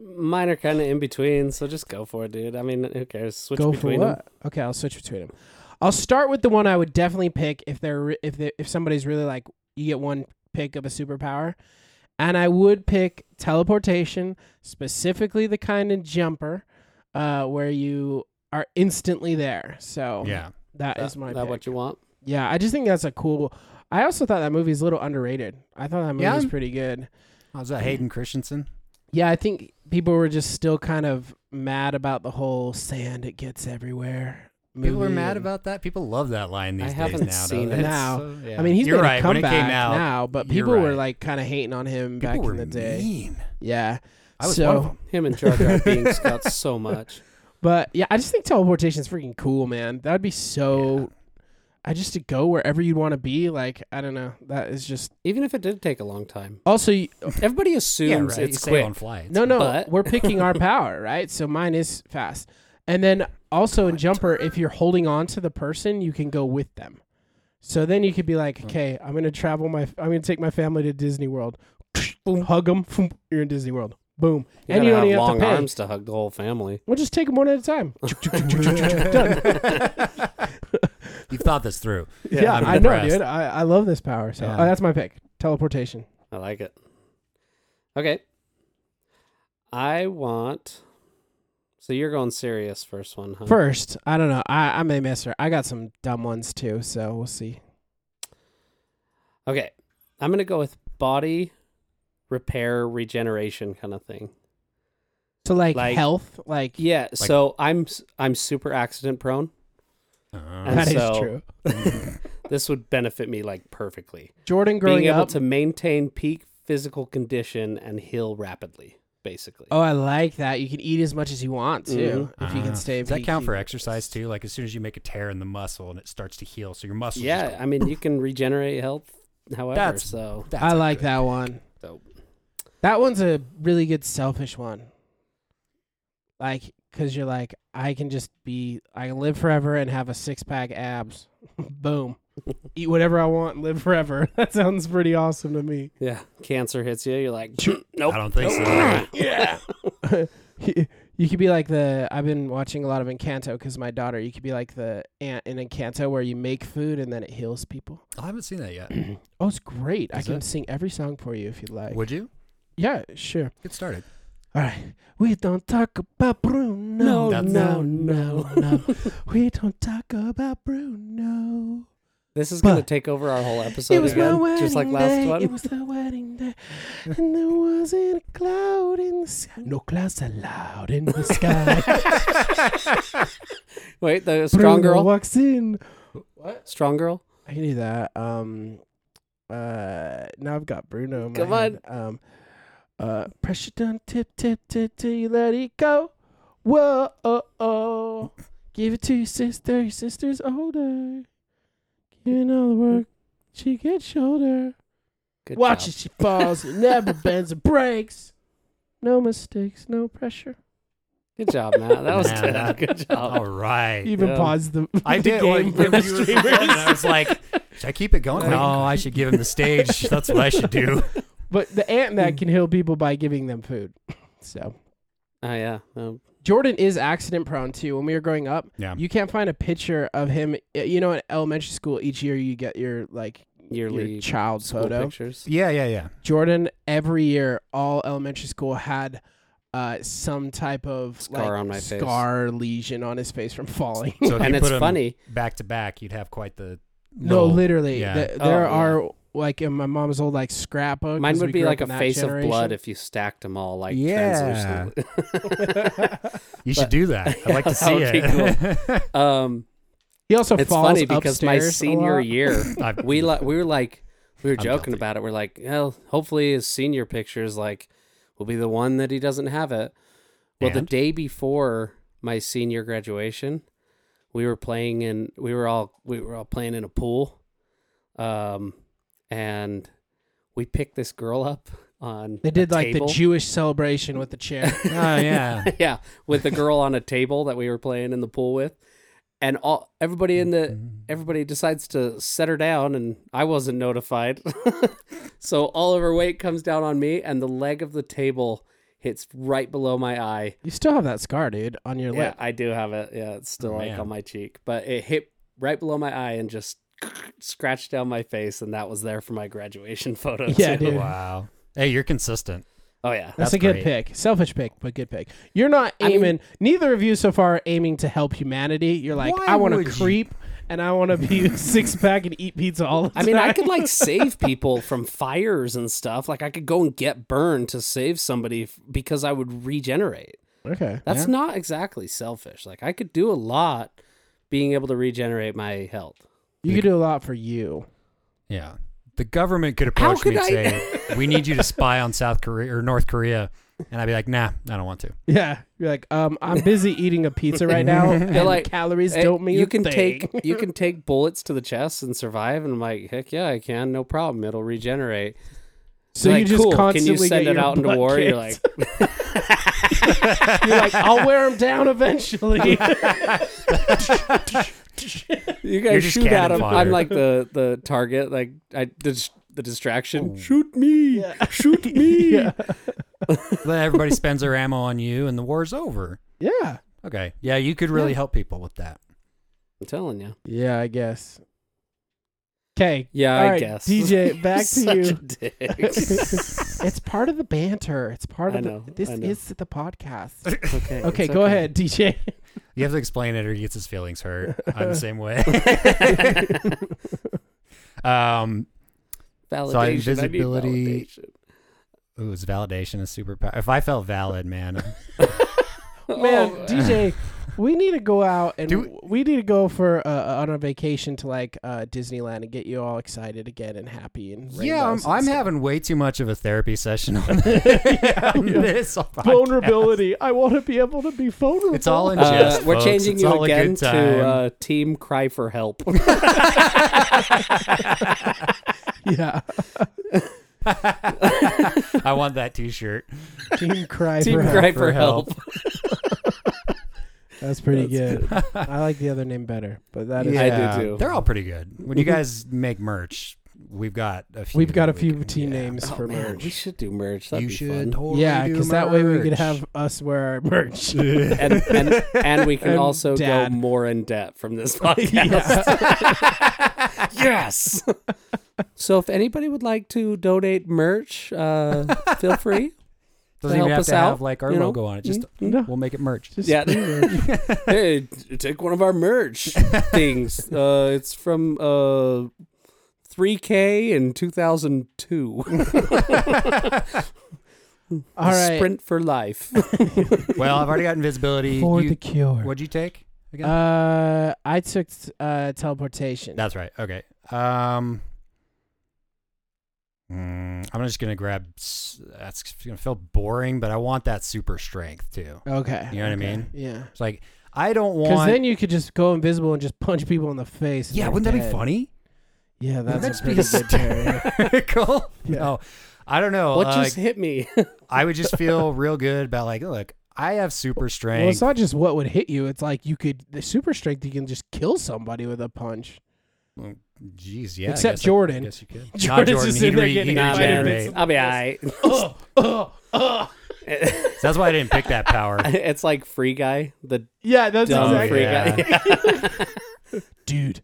S3: Mine are kind of in between, so just go for it, dude. I mean, who cares? Switch
S2: go for
S3: between Uh,
S2: what okay i'll switch between them i'll start with the one i would definitely pick if they're re- if they, if somebody's really like you get one pick of a superpower and i would pick teleportation specifically the kind of jumper uh, where you are instantly there so
S4: Yeah.
S2: that
S3: them.
S2: is my
S3: that
S2: pick.
S3: what you want?
S2: yeah i just think that's a cool i also thought that movie's a little underrated i thought that movie
S4: Yeah.
S2: was pretty good
S4: How's that, Hayden Christensen?
S2: yeah i think people were just still kind of mad about the whole sand it gets everywhere
S4: People are
S2: movie
S4: mad
S2: and-
S4: about that. People love that line these
S3: I
S4: days
S3: haven't
S4: now.
S3: seen
S4: though.
S2: it.
S4: It's
S2: Now.
S4: so- yeah.
S2: I mean, he's
S4: you're
S2: made
S4: right.
S2: a comeback
S4: when it came out,
S2: now, but
S4: you're
S2: people were
S4: right.
S2: like kind of hating on him
S4: people
S2: back
S4: were
S2: in the day.
S4: mean.
S2: Yeah.
S4: I was
S2: so,
S4: one of them.
S3: Him and Jar Jar Binks got so much.
S2: but yeah, I just think teleportation is freaking cool, man. That would be so. I just to go wherever you'd want to be. Like I don't know. That is just
S3: Even if it did take a long time,
S2: also. You,
S3: everybody
S4: Yeah,
S3: assumes
S4: right.
S3: it's
S4: you say
S3: quick.
S4: on fly. It's
S2: no, no,
S3: but-
S2: we're picking our power, right? So mine is fast, and then also in jumper, if you're holding on to the person, you can go with them. So then you could be like, okay, I'm gonna travel my, I'm gonna take my family to Disney World. Boom, hug them. You're in Disney World. Boom,
S3: You
S2: and
S3: gotta
S2: you don't
S3: have
S2: even have to
S3: long
S2: pay.
S3: arms to hug the whole family.
S2: We'll just take them one at a time. Done.
S4: You've thought this through.
S2: Yeah,
S4: I'm
S2: I know,
S4: impressed.
S2: dude. I, I love this power. So
S4: Yeah.
S2: oh, that's my pick. Teleportation.
S3: I like it. Okay. I want. So you're going serious first one, huh?
S2: First, I don't know. I, I may miss her. I got some dumb ones too, so we'll see.
S3: Okay. I'm going to go with body repair, regeneration kind of thing.
S2: So like,
S3: Like-
S2: health, like
S3: Yeah, so I'm s- I'm super accident prone.
S4: Uh,
S3: And
S2: that is
S3: so-
S2: true.
S3: This would benefit me like perfectly.
S2: Jordan growing
S3: Being able
S2: up.
S3: to maintain peak physical condition and heal rapidly, basically.
S2: oh, I like that. You can eat as much as you want too
S3: Mm-hmm.
S2: if you
S4: Ah.
S2: can stay.
S4: Does that count for
S2: peaky.
S4: exercise too? Like as soon as you make a tear in the muscle and it starts to heal, so your muscles.
S3: yeah, I mean you can regenerate health however,
S4: That's-
S3: so
S4: just, that's
S2: I like
S4: good.
S2: that one.
S3: Dope.
S2: That one's a really good selfish one. Like, cause you're like, I can just be, I can live forever and have a six pack abs. Boom. Eat whatever I want and live forever. That sounds pretty awesome to me.
S3: yeah, cancer hits you, you're like
S4: I
S3: nope.
S4: don't think so.
S2: Yeah. you could be like the, I've been watching a lot of Encanto because my daughter, you could be like the aunt in Encanto where you make food and then it heals people.
S4: I haven't seen that yet.
S2: Oh, it's great. I
S4: Is
S2: can
S4: it?
S2: sing every song for you if you'd like.
S4: Would you
S2: yeah, sure.
S4: get started?
S2: All right. We don't talk about Bruno.
S3: No,
S4: That's-
S2: no, no, no. we don't talk about Bruno.
S3: This is gonna
S2: But-
S3: take over our whole episode
S2: it was my
S3: again,
S2: wedding
S3: just like
S2: day.
S3: last
S2: It
S3: one.
S2: was the wedding day, and there wasn't a cloud in the sky. No clouds allowed in the sky.
S3: Wait, the strong
S2: Bruno
S3: girl,
S2: walks in.
S3: strong girl.
S2: I can do that. Um, uh, now I've got Bruno. In my
S3: Come
S2: head. Um, uh, pressure done. Tip, tip, tip, till you let it go. Whoa, oh, oh. Give it to your sister. Your sister's older. Giving all the work. She gets shoulder.
S3: Good
S2: Watch
S3: job.
S2: as she falls. It never bends or breaks. No mistakes. No pressure.
S3: Good job, Matt. That was
S4: Man,
S3: good.
S4: that-
S3: Good
S4: All
S3: job.
S4: right.
S2: even
S3: yeah.
S2: paused the.
S4: I
S2: the
S4: did. well,
S2: Game
S4: when
S2: for
S4: you were
S2: streamers.
S4: performing, I was like, should I keep it going?
S3: Like-
S4: No, I should give him the stage. That's what I should do.
S2: but the ant that
S3: Mm.
S2: can heal people by giving them food. So.
S3: Oh yeah. Um,
S2: Jordan is accident prone too. When we were growing up,
S4: Yeah.
S2: you can't find a picture of him. You know, in elementary school, each year you get your like
S3: yearly
S2: your child
S3: school
S2: photo.
S3: pictures.
S4: Yeah, yeah, yeah.
S2: Jordan every year, all elementary school had uh, some type of
S3: Scar
S2: like,
S3: on my face.
S2: scar lesion on his face from falling.
S4: So if
S3: And
S4: you
S3: it's
S4: put 'em
S3: funny.
S4: back to back, you'd have quite the
S2: no,
S4: little-
S2: literally,
S4: yeah.
S2: th-
S3: Oh,
S2: there
S3: yeah.
S2: are like in my mom's old like scrapbook.
S3: Mine
S2: 'cause we
S3: would be
S2: grew up
S3: like a
S2: in that
S3: face
S2: generation.
S3: of blood if you stacked them all like
S4: Yeah.
S3: translucent.
S4: You should do that. I'd like to
S3: That
S4: see
S3: would be
S4: it.
S3: um,
S2: He also
S3: it's
S2: falls
S3: funny because my
S2: upstairs a
S3: senior
S2: lot.
S3: year,
S4: I've-
S3: we li- we were like we were
S4: I'm
S3: joking
S4: guilty.
S3: about it. We're like, well, hopefully his senior pictures like will be the one that he doesn't have it. Well, the
S4: And?
S3: day before my senior graduation, we were playing in we were all we were all playing in a pool, um, and we picked this girl up on
S2: They
S3: a
S2: did like
S3: table.
S2: the Jewish celebration with the chair.
S4: oh yeah.
S3: yeah, with the girl on a table that we were playing in the pool with, and all everybody in the everybody decides to set her down, and I wasn't notified, so all of her weight comes down on me, and the leg of the table hits right below my eye.
S2: You still have that scar, dude, on your
S3: Yeah,
S2: lip.
S3: I do have it. Yeah, it's still
S4: Oh,
S3: like
S4: man.
S3: on my cheek, but it hit right below my eye and just scratched down my face, and that was there for my graduation photo.
S2: Yeah,
S3: too.
S2: dude.
S4: Oh, Wow. Hey, you're consistent.
S3: Oh yeah.
S2: That's,
S4: That's
S2: a good
S4: great.
S2: pick. Selfish pick, but good pick. You're not
S3: I mean-
S2: aiming. neither of you so far are aiming to help humanity. You're like,
S4: Why
S2: I want to
S4: would you?
S2: creep and I want to be six pack and eat pizza all the time.
S3: I mean, I could like save people from fires and stuff. Like, I could go and get burned to save somebody f- because I would regenerate.
S2: okay.
S3: That's
S4: Yeah.
S3: not exactly selfish. Like, I could do a lot being able to regenerate my health.
S2: You could do a lot for you.
S4: Yeah. The government could approach me
S3: could
S4: and
S3: I-
S4: say, "We need you to spy on South Korea or North Korea," and I'd be like, "Nah, I don't want to."
S2: Yeah. You're like, um, I'm busy eating a pizza right now. and
S3: They're like,
S2: calories
S3: Hey,
S2: don't mean
S3: Eh, you
S2: a
S3: can
S2: thing."
S3: take you can take bullets to the chest and survive. And I'm like, heck yeah, I can. No problem. It'll regenerate.
S2: So
S3: They're
S2: you
S3: like,
S2: just
S3: cool.
S2: constantly
S3: can you send
S2: get
S3: it
S2: your
S3: out into
S2: butt
S3: war? You're like,
S2: kicked. You're like, I'll wear them down eventually.
S3: you
S4: You're
S3: guys
S4: just
S3: shoot at
S4: cannon
S3: him.
S4: fodder.
S3: I'm like the the target. Like I the, dis- the
S2: Oh.
S3: distraction. Shoot me. Shoot me.
S2: yeah.
S4: Then everybody spends their ammo on you, and the war's over.
S2: Yeah.
S4: Okay. Yeah, you could really help people with that.
S3: I'm telling you.
S2: Yeah, I guess. Okay.
S3: Yeah,
S2: All
S3: I
S2: right,
S3: guess.
S2: DJ, back to
S3: Such
S2: you.
S3: A dick.
S2: It's part of the banter. It's part
S3: I
S2: of
S3: know,
S2: the, this
S3: I know.
S2: is the podcast.
S3: okay.
S2: Okay,
S3: it's
S2: go ahead, DJ.
S4: You have to explain it, or he gets his feelings hurt. I'm the same way. um,
S3: Validation.
S4: So I- Um,
S3: I need
S4: invisibility-
S3: validation.
S4: Ooh, is validation a superpower? If I felt valid, man,
S2: Man,
S3: Oh,
S2: DJ, we need to go out and
S4: Do
S2: w- we need to go for uh, on a vacation to like uh, Disneyland and get you all excited again and happy and
S4: yeah, I'm,
S2: rainbows and
S4: I'm
S2: stuff.
S4: having way too much of a therapy session on on this. podcast.
S2: vulnerability. I want to be able to be vulnerable.
S4: It's all in
S3: uh,
S4: jest.
S3: we're
S4: folks.
S3: changing
S4: It's
S3: you
S4: all a
S3: again
S4: good time.
S3: to uh, Team Cry for Help.
S2: yeah.
S4: I want that T-shirt.
S2: Team cry
S3: Team
S2: for help.
S3: Cry for Help.
S2: That's pretty good. I like the other name better, but that is
S3: I do too.
S4: They're all pretty good. When you guys make merch, we've got a few.
S2: we've got a
S4: that we
S2: few
S4: can-
S2: team
S4: yeah.
S2: names
S3: Oh,
S2: for
S3: man,
S2: merch.
S3: we should do merch. That'd
S4: you
S3: be
S4: should
S3: fun.
S4: totally.
S2: yeah,
S4: because
S2: because that way we could have us wear our merch.
S3: and, and and we can
S2: And
S3: also
S2: dad.
S3: go more in depth from this podcast. yes. so if anybody would like to donate merch, uh, feel free.
S4: doesn't
S3: help
S4: even have
S3: us
S4: to
S3: out,
S4: have like our
S3: you know? Mm-hmm.
S4: logo on it. Just
S2: no.
S4: we'll make it merch.
S2: Just
S3: Yeah.
S2: be merch.
S3: Hey, t- take one of our merch things. Uh, it's from uh, 3K in 2002.
S2: All right.
S3: Sprint for life.
S4: well, I've already got invisibility.
S2: for
S4: You-
S2: the cure.
S4: what'd you take again?
S2: Uh, I took uh, teleportation.
S4: That's right. Okay. Um, mm, I'm just gonna grab. s- That's gonna feel boring, but I want that super strength too.
S2: okay.
S4: You know what I
S2: okay.
S4: mean?
S2: Yeah.
S4: It's like I don't
S2: Because
S4: want.
S2: then you could just go invisible and just punch people in the face. and
S4: yeah,
S2: they're
S4: wouldn't that
S2: dead.
S4: be funny?
S2: Yeah,
S4: Wouldn't
S2: that's a
S4: that
S2: pretty
S4: just be
S2: good parody.
S4: hysterical?
S2: Yeah.
S4: No, I don't know.
S3: what
S4: uh,
S3: just hit me?
S4: I would just feel real good about like, look, I have super strength.
S2: Well, it's not just what would hit you. It's like you could the super strength. You can just kill somebody with a punch.
S4: Well, Jeez, yeah. I
S2: Except
S4: guess I-
S2: Jordan.
S4: I guess you could.
S2: Jordan's
S4: Not Jordan.
S2: just
S4: He'd
S2: in there
S4: re-
S2: getting
S4: he'd
S3: Nah,
S2: invited
S3: man.
S4: regenerate.
S3: I'll be all right.
S4: That's why I didn't pick that power.
S3: it's like Free Guy, the
S2: Yeah, that's
S3: dumb
S4: exactly-
S3: Free
S4: yeah.
S3: Guy.
S2: Dude,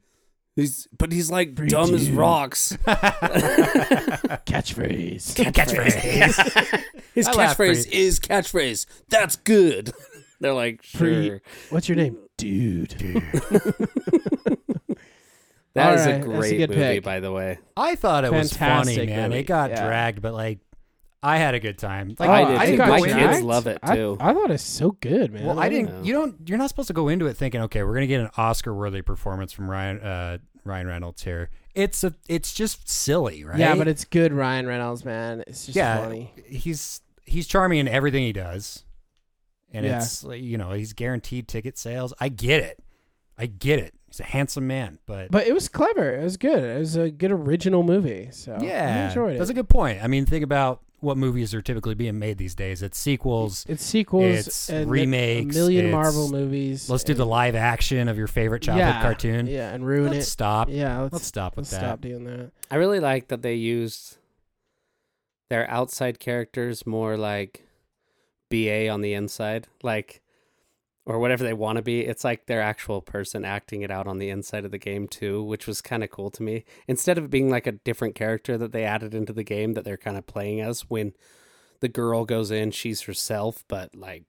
S3: He's, but he's like
S2: Free
S3: dumb as
S2: dude.
S3: rocks.
S2: catchphrase.
S4: Catchphrase.
S3: His
S4: I
S3: catchphrase
S4: laugh free.
S3: is catchphrase. That's good. They're like,
S2: Free-
S3: sure.
S2: What's your name, dude?
S3: That is
S2: All right, that's
S3: a
S2: a
S3: great
S2: good
S3: movie,
S2: pick.
S3: by the way.
S4: I thought it was
S2: Fantastic
S4: funny, man.
S2: movie.
S4: It got
S2: Yeah.
S4: dragged, but like, I had a good time. Like,
S2: Oh,
S3: I did
S2: I
S3: too.
S2: got
S3: My
S2: dragged.
S3: kids love it
S2: I,
S3: too.
S2: I thought it's so good, man.
S4: Well, I didn't.
S3: know.
S4: You don't. You're not supposed to go into it thinking, okay, we're gonna get an Oscar-worthy performance from Ryan uh, Ryan Reynolds here. It's a. It's just silly, right?
S2: Yeah, but it's good, Ryan Reynolds, man. It's just
S4: yeah,
S2: funny.
S4: he's he's charming in everything he does, and
S2: Yeah.
S4: it's like, you know he's guaranteed ticket sales. I get it, I get it. He's a handsome man, but,
S2: But it was clever. It was good. It was a good original movie. So
S4: yeah,
S2: I enjoyed it.
S4: that's a good point. I mean, think about what movies are typically being made these days. It's sequels.
S2: it's sequels,
S4: It's
S2: and a
S4: remakes,
S2: million
S4: it's-
S2: Marvel movies.
S4: Let's do the live action of your favorite
S2: and-
S4: childhood cartoon.
S2: Yeah, and ruin
S4: Let's
S2: it.
S4: stop.
S2: Yeah, let's,
S4: Let's stop with
S2: let's
S4: that.
S2: stop doing that.
S3: I really like that they used their outside characters more like BA on the inside, like or whatever they want to be. It's like their actual person acting it out on the inside of the game too, which was kind of cool to me. Instead of it being like a different character that they added into the game that they're kind of playing as when the girl goes in, she's herself, but like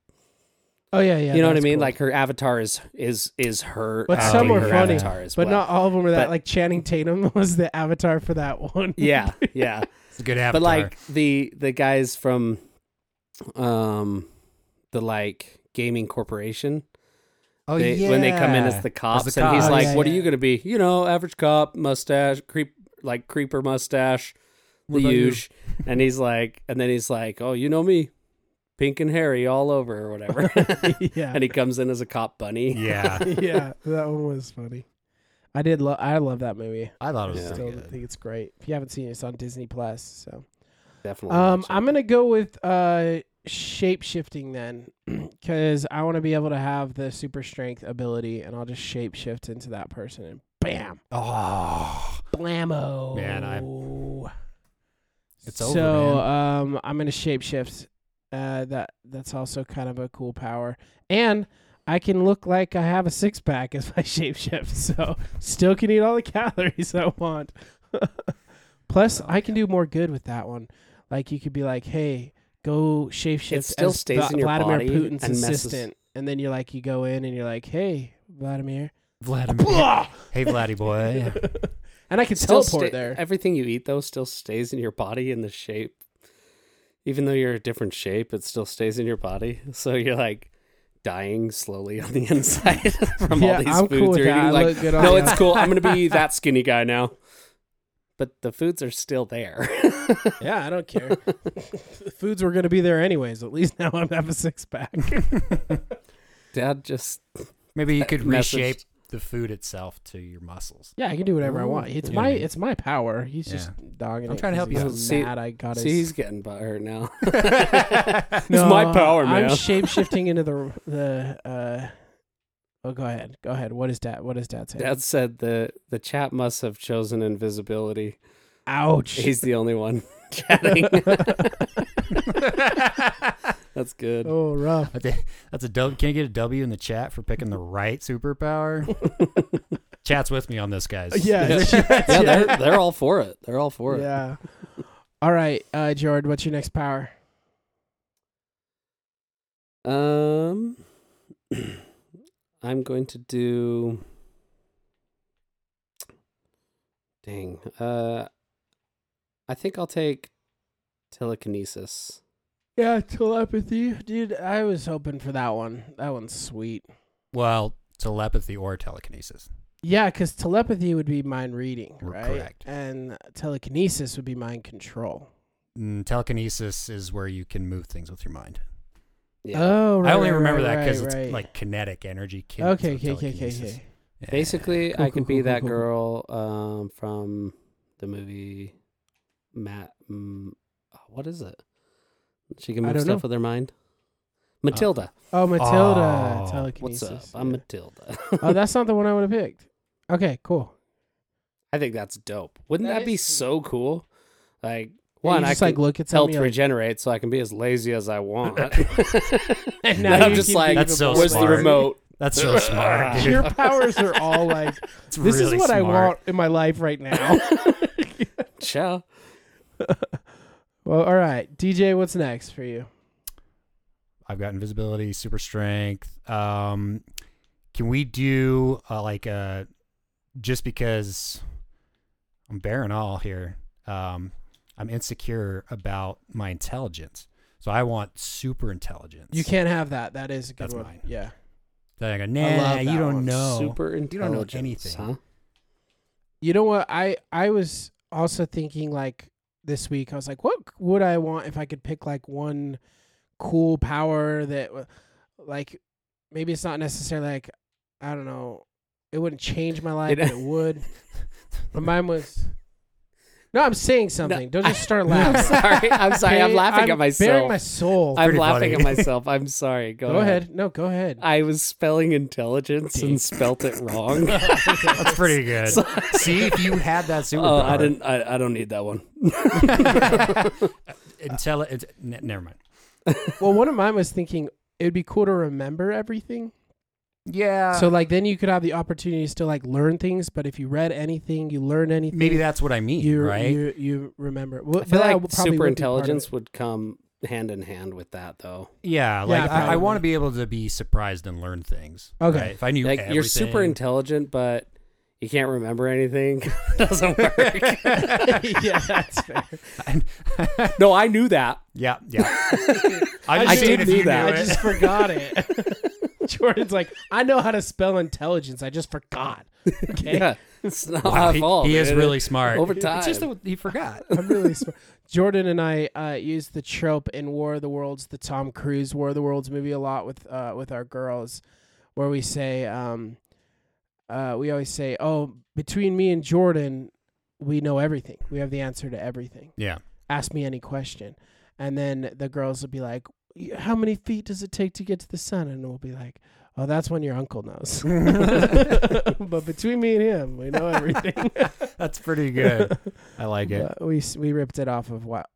S2: Oh yeah, yeah.
S3: you know what I
S2: that's
S3: mean?
S2: cool.
S3: Like her avatar is is is her
S2: But
S3: acting
S2: some were
S3: her
S2: funny,
S3: avatar as
S2: but
S3: well.
S2: not all of them were that.
S3: But-
S2: like Channing Tatum was the avatar for that one.
S3: yeah, yeah.
S4: It's a good avatar.
S3: but like the the guys from um the like gaming corporation
S4: oh,
S3: they, when they come in as the cops and he's
S4: cops.
S3: like
S2: Yeah,
S3: what are
S2: yeah.
S3: you gonna be you know average cop mustache creep like creeper mustache the
S4: What about you?
S3: huge and he's like and then he's like oh you know me pink and hairy all over or whatever
S2: yeah,
S3: and he comes in as a cop bunny
S4: yeah,
S2: yeah. That one was funny. I did. love. I love that movie.
S4: I thought it was
S3: Yeah.
S4: pretty
S2: Still
S4: good.
S2: think it's great. If you haven't seen it, it's on Disney Plus. So.
S3: definitely
S2: Um,
S3: watch it.
S2: I'm gonna go with uh shape shifting then, because I want to be able to have the super strength ability, and I'll just shape shift into that person, and bam,
S4: Oh,
S2: blammo.
S4: Man, It's over,
S2: So
S4: man.
S2: um, I'm gonna shape shift. Uh, that that's also kind of a cool power, and I can look like I have a six pack if I shape shift. So still can eat all the calories I want. Plus,
S4: Oh,
S2: I can do more good with that one. Like you could be like, "Hey, go shape shift."
S3: still
S2: as
S3: stays
S2: Vla-
S3: in your
S2: Vladimir
S3: body
S2: Putin's
S3: and messes-
S2: assistant, and then you're like, you go in and you're like, "Hey, Vladimir."
S4: Vladimir. hey, Vladdy boy.
S2: and I can
S3: Still
S2: teleport
S3: sta-
S2: there.
S3: everything you eat though still stays in your body in the shape even though you're a different shape, it still stays in your body. So you're like dying slowly on the inside from
S2: Yeah,
S3: all these
S2: I'm cool
S3: foods
S2: with
S3: you're
S2: that. I
S3: eating. Like,
S2: look good on
S3: no,
S2: the
S3: it's cool. I'm gonna be that skinny guy now. But the foods are still there.
S2: Yeah, I don't care. the foods were going to be there anyways. At least now I have a six pack.
S3: Dad just
S4: Maybe you could
S3: message-
S4: reshape the food itself to your muscles.
S2: yeah, I can do whatever I want. It's
S4: Yeah.
S2: my it's my power. He's just dogging.
S4: I'm
S2: it
S4: trying to
S2: 'cause
S4: help you
S2: he's
S4: out.
S3: See-
S2: mad I got
S3: see
S2: his.
S3: he's getting butthurt now.
S2: No,
S3: it's my power,
S2: I'm
S3: man.
S2: shape shifting into the the. uh Oh, go ahead. Go ahead. What is dad? What is dad say?
S3: Dad said the the chat must have chosen invisibility.
S2: Ouch.
S3: He's the only one chatting. That's good.
S2: oh, rough.
S4: I think- That's a W. Can you get a W in the chat for picking the right
S2: Oh.
S4: superpower? Chat's with me on this, guys.
S2: Uh, Yeah.
S3: Yeah, they're they're all for it. They're all for it.
S2: yeah. All right, uh, George. What's your next power?
S3: Um, I'm going to do. Dang. Uh, I think I'll take telekinesis.
S2: Yeah, telepathy, dude. I was hoping for that one. That one's sweet.
S4: Well, telepathy or telekinesis.
S2: Yeah, because telepathy would be mind reading,
S4: R-
S2: right?
S4: correct.
S2: And telekinesis would be mind control.
S4: Mm, telekinesis is where you can move things with your mind.
S3: Yeah.
S2: Oh, right.
S4: I only
S2: right,
S4: remember
S2: right,
S4: that because
S2: right,
S4: it's
S2: right.
S4: like kinetic energy. kin-
S2: okay, okay, okay,
S4: so
S2: okay,
S4: telekinesis.
S2: okay.
S4: Yeah.
S3: Basically,
S2: Cool,
S3: I
S2: cool,
S3: could be
S2: cool,
S3: that
S2: cool,
S3: girl um, from the movie Matt. Mm, what is it? She can
S2: I
S3: move
S2: don't
S3: stuff
S2: know.
S3: with her mind. Matilda.
S2: Oh, Matilda,
S4: Oh,
S3: What's
S2: telekinesis.
S3: up? I'm
S2: yeah.
S3: Matilda.
S2: oh, that's not the one I would have picked. Okay, cool.
S3: I think that's dope. Wouldn't
S2: That
S3: that, be
S2: is
S3: so cool? Like
S2: Yeah,
S3: one,
S2: you
S3: I
S2: just
S3: can
S2: like look at
S3: health
S2: something. you're Like,
S3: regenerate, so I can be as lazy as I want.
S2: And
S3: now I'm
S2: you
S3: just
S2: keep
S3: like,
S2: being
S4: That's so
S2: a
S3: where's the
S4: smart.
S2: boss.
S3: remote?
S4: That's so smart. Dude.
S2: Your powers are all like,
S4: It's
S2: this
S4: really
S2: is what I
S4: smart.
S2: want in my life right now.
S3: Ciao.
S2: well, all right, DJ, what's next for you?
S4: I've got invisibility, super strength. Um, can we do uh, like uh, just because I'm barren all here? Um, I'm insecure about my intelligence, so I want super intelligence.
S2: You can't have that. That is a good
S4: That's
S2: one.
S4: mine.
S2: Yeah.
S4: So I go,
S2: I
S4: nah,
S2: love
S4: you
S2: that
S4: don't
S2: one.
S4: know.
S3: Super
S4: You
S2: Oh,
S4: don't know
S3: intelligence.
S4: anything.
S3: Huh?
S2: You know what? I I was also thinking like this week. I was like, what would I want if I could pick like one cool power that, w- like, maybe it's not necessarily like, I don't know, it wouldn't change my life,
S3: It-
S2: but it would. But mine was. No, I'm saying something. Don't just start laughing.
S3: sorry. I'm sorry. I'm
S2: Okay?
S3: laughing
S2: I'm
S3: at
S2: Bearing
S3: myself.
S2: my soul.
S3: I'm
S4: Pretty
S3: laughing
S4: funny.
S3: at myself. I'm sorry. Go,
S2: go ahead. No, go ahead.
S3: I was spelling intelligence
S2: Dang.
S3: and spelt it wrong.
S4: That's pretty good.
S3: So-
S4: See if you had that super.
S3: oh, I didn't. I, I don't need that one.
S4: Intelli- it's- ne- never mind.
S2: well, one of mine was thinking it would be cool to remember everything.
S4: Yeah.
S2: so like then you could have the opportunities to like learn things but if you read anything you learn anything
S4: maybe that's what I mean,
S2: you
S4: right?
S2: you, you remember well,
S3: I feel
S2: that
S3: like
S2: would probably
S3: super
S2: would be part of
S3: intelligence
S2: it.
S3: would come hand in hand with that, though.
S4: Yeah, like I, I
S2: probably.
S4: want to be able to be surprised and learn things.
S2: Okay.
S4: right? if I knew
S3: like you're super
S4: everything-
S3: intelligent, but you can't remember anything. Doesn't work.
S2: yeah that's fair
S3: no, I knew that.
S4: yeah, yeah. I
S2: I
S4: just
S2: did
S4: did if
S3: do
S4: you
S3: that.
S2: i
S4: that. Knew it.
S2: just forgot it jordan's like i know how to spell intelligence i just forgot okay
S3: Yeah, it's not
S4: Wow,
S3: Oh, my fault.
S4: he, he is
S3: dude.
S4: really smart.
S3: over
S4: It's just
S3: time.
S4: that he forgot.
S2: i'm really smart jordan and i uh, used the trope in war of the worlds the tom cruise war of the worlds movie a lot with uh, with our girls where we say um, uh, we always say oh between me and jordan we know everything we have the answer to everything
S4: Yeah,
S2: ask me any question. And then the girls would be like, "Y- How many feet does it take to get to the sun? And we'll be like, Oh, that's when your uncle knows. but between me and him, we know everything.
S4: that's pretty good. I like it.
S2: But we s- we ripped it off of what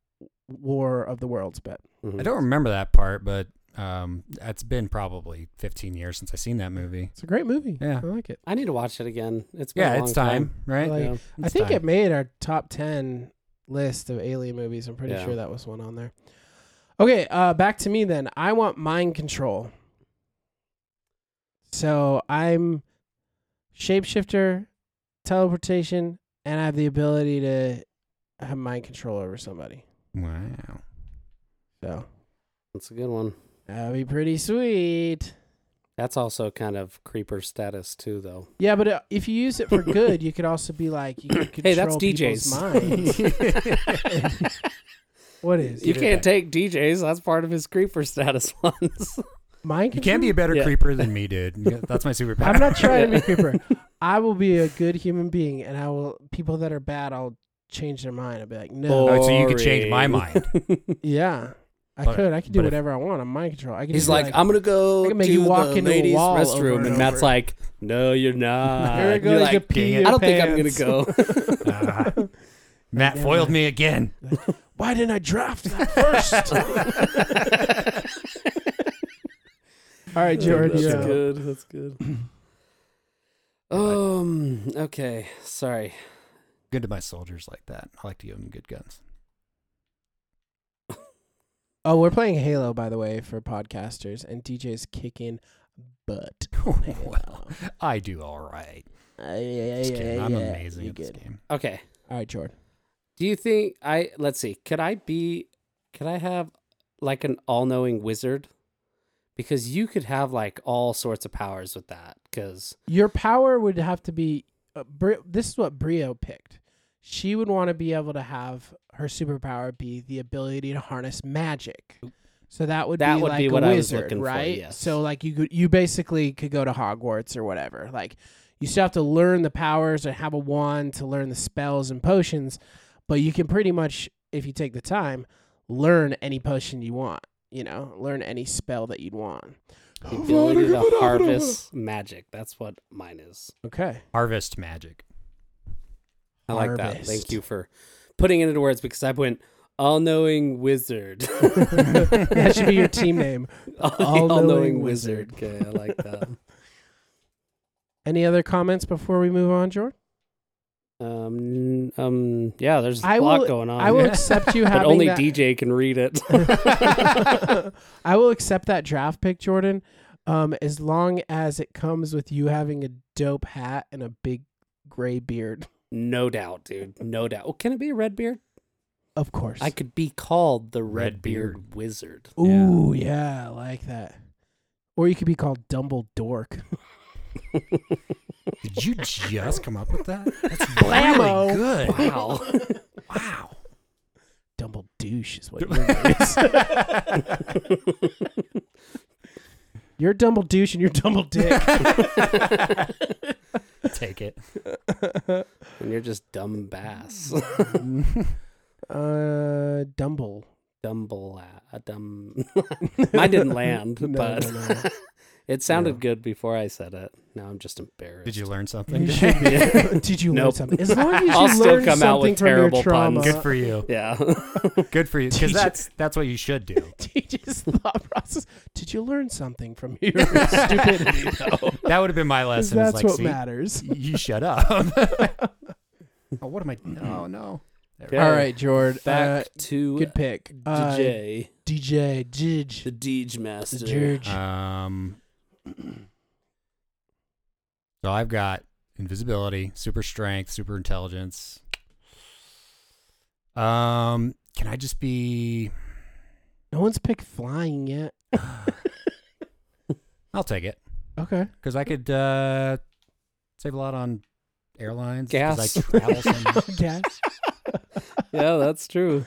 S2: War of the Worlds, but
S3: Mm-hmm.
S4: I don't remember that part, but um, it's been probably 15 years since I seen that movie.
S2: it's a great movie.
S4: Yeah.
S2: I like it.
S3: I need to watch it again. It's been a
S4: Yeah,
S3: long
S4: it's time, right?
S2: Like,
S3: Yeah.
S2: I
S4: It's
S2: think
S4: time.
S2: it made our top ten list of alien movies. I'm pretty
S3: Yeah.
S2: sure that was one on there. Okay, uh, back to me then. I want mind control. So I'm shapeshifter, teleportation, and I have the ability to have mind control over somebody.
S4: Wow.
S2: So
S3: That's a good one.
S2: that'd be pretty sweet.
S3: That's also kind of creeper status too, though.
S2: Yeah, but uh, if you use it for good, you could also be like, you could control
S3: Hey, that's
S2: people's
S3: DJs.
S2: minds. What is?
S3: you
S2: it?
S3: can't take DJs. That's part of his creeper status ones.
S2: Mine
S4: You can be a better
S3: Yeah.
S4: creeper than me, dude. Yeah, That's my superpower.
S2: I'm not trying to
S3: Yeah.
S2: be creeper. I will be a good human being, and I will. People that are bad, I'll change their mind. I'll be like, no,
S4: Oh. so you could change my
S3: Boring.
S2: yeah, I
S4: But-
S2: could, I could do
S4: but if-
S2: whatever I want. I'm mind control. I could
S3: He's
S2: just be
S3: like, I'm gonna go
S2: I
S3: to
S2: can make you walk
S3: the
S2: into a
S3: ladies'
S2: wall over
S3: restroom,
S2: and
S3: and, Matt's
S2: over.
S3: like, "No, you're not."
S2: You're
S3: You're
S2: gonna go
S3: like,
S2: pee
S4: "Dang it.
S2: your
S3: I don't think I'm gonna
S2: pants."
S3: go.
S4: Ah. Matt foiled me again.
S2: Why didn't I draft that first? All right, Jared,
S3: that's
S2: you're up.
S3: good. That's good. um. Okay. Sorry.
S4: Good to my soldiers like that. I like to give them good guns.
S2: Oh, we're playing Halo, by the way, for podcasters, and DJ's kicking butt.
S4: Oh, well, I do all right.
S2: Uh, yeah, yeah,
S4: Just kidding.
S2: yeah,
S4: I'm
S2: yeah,
S4: amazing
S2: you
S4: at this
S2: good.
S4: game.
S3: Okay.
S2: All right, Jordan.
S3: Do you think I? Let's see. Could I be? Could I have like an all-knowing wizard? Because you could have like all sorts of powers with that. Because
S2: Your power would have to be. Uh, Bri- this is what Brio picked. She would want to be able to have her superpower be the ability to harness magic. So that would
S3: That
S2: be
S3: would
S2: like
S3: be
S2: a
S3: what I was
S2: wizard,
S3: looking for,
S2: right?
S3: yes.
S2: So like you could you basically could go to Hogwarts or whatever. Like you still have to learn the powers and have a wand to learn the spells and potions, but you can pretty much if you take the time learn any potion you want. You know, learn any spell that you'd want.
S3: the ability to harvest magic. That's what mine is.
S2: Okay.
S4: Harvest magic.
S3: I like that.
S2: Harvest.
S3: Thank you for putting it into words because I went all-knowing wizard.
S2: that should be your team name.
S3: all-knowing,
S2: all-knowing
S3: wizard. Okay, I like that.
S2: Any other comments before we move on, Jordan?
S3: Um, um, yeah, there's a
S2: I
S3: lot
S2: will-
S3: going on.
S2: I will accept you
S3: Uh, but
S2: having
S3: only
S2: that.
S3: DJ can read it.
S2: I will accept that draft pick, Jordan, um, as long as it comes with you having a dope hat and a big gray beard.
S3: no doubt, dude. No doubt. Well, can it be a red beard?
S2: Of course.
S3: I could be called the red,
S4: Red
S3: beard.
S4: Beard.
S3: wizard.
S2: Ooh, yeah. I like that. Or you could be called Dumble Dork.
S4: Did you just come up with that? That's really
S2: Blammo.
S4: good.
S3: Wow.
S4: Wow.
S2: Dumble Douche is what your name is. You're Dumble Douche and you're Dumble Dick.
S4: Take it.
S3: and you're just dumb bass.
S2: uh, Dumble.
S3: Dumble a dumb. Mine didn't land,
S2: No,
S3: but
S2: no, no.
S3: it sounded good before I said it. Now I'm just embarrassed.
S4: Did you learn something?
S2: You should be. Did you learn
S3: Nope.
S2: something? As long as you
S3: I'll
S2: learn
S3: still come
S2: something
S3: out with
S2: from
S3: terrible
S2: your trauma.
S3: puns.
S4: Good for you.
S3: Yeah.
S4: Good for you.
S2: Teach
S4: Because
S2: it.
S4: that's that's what you should do.
S2: teaches thought process. Did you learn something from your stupidity, though?
S4: That would have been my
S2: 'Cause
S4: lesson. is
S2: that's
S4: like,
S2: what
S4: see,
S2: matters.
S4: you shut up. oh, what am I? No, no.
S3: Yeah.
S2: All right, Jord. Uh,
S3: Back to
S2: good pick. Uh,
S3: DJ,
S2: DJ.
S3: the
S2: Jij.
S3: Deej Master.
S2: Jij.
S3: Uh,
S4: Um. So I've got invisibility, super strength, super intelligence. Um, can I just be?
S2: No one's picked flying yet.
S4: I'll take it
S2: Okay.
S4: because I could uh, save a lot on airlines. 'cause
S3: Gas.
S4: I travel so much.
S2: Yes.
S3: yeah, that's true.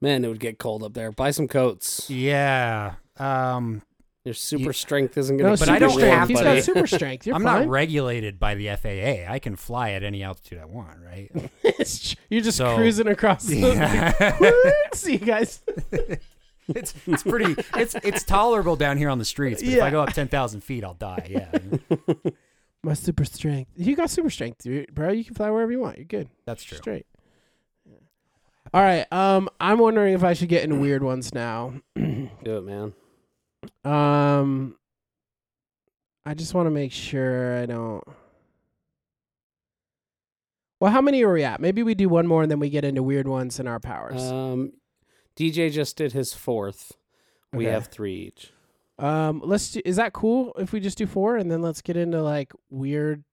S3: Man, it would get cold up there. Buy some coats.
S4: yeah. Um,
S3: Your super
S4: Yeah.
S3: strength isn't
S2: No,
S3: gonna.
S4: but
S2: super
S4: I don't
S2: strength.
S4: have
S2: He's
S4: buddy.
S2: got super strength. You're
S4: I'm
S2: fine.
S4: not regulated by the FAA. I can fly at any altitude I want, right?
S2: It's tr- You're just
S4: So-
S2: cruising across the.
S4: Yeah.
S2: See you guys.
S4: it's it's pretty it's it's tolerable down here on the streets, but if
S2: Yeah.
S4: I go up ten thousand feet, I'll die. Yeah,
S2: My super strength. You got super strength, dude, bro. You can fly wherever you want. You're good.
S4: that's true.
S2: Straight. All right. Um, I'm wondering if I should get into weird ones now.
S3: Do it, man.
S2: um, I just want to make sure I don't. Well, how many are we at? Maybe we do one more and then we get into weird ones and our powers.
S3: Um, DJ just did his fourth. We
S2: Okay.
S3: have three each.
S2: um, let's do. Is that cool if we just do four and then let's get into like weird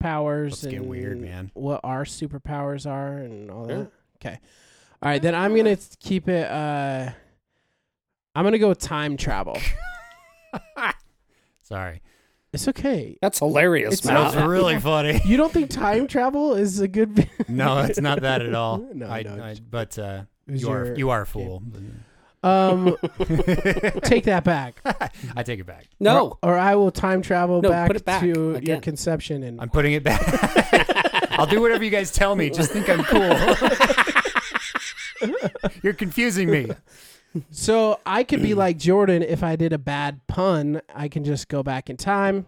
S2: powers
S4: Let's
S2: and
S4: get weird, man.
S2: what our superpowers are and all
S3: Sure.
S2: that. Okay. All right, then
S3: Uh.
S2: I'm gonna keep it. Uh, I'm gonna go with time travel.
S4: Sorry.
S2: It's okay.
S3: That's hilarious,
S2: It's
S3: man.
S2: not-
S4: That was really funny.
S2: You don't think time travel is a good?
S4: No, it's not that at all.
S2: No,
S4: I,
S2: no,
S4: I-
S2: it's-
S4: but uh,
S2: Who's
S4: you are
S2: your-
S4: you are a fool.
S2: Um, take that back,
S4: I take it back.
S3: no,
S2: or I will time travel
S3: No,
S2: back,
S3: put it back
S2: to your
S3: again.
S2: conception. And
S4: I'm putting it back. I'll do whatever you guys tell me. Just think I'm cool. You're confusing me.
S2: so I could be like Jordan if I did a bad pun. I can just go back in time,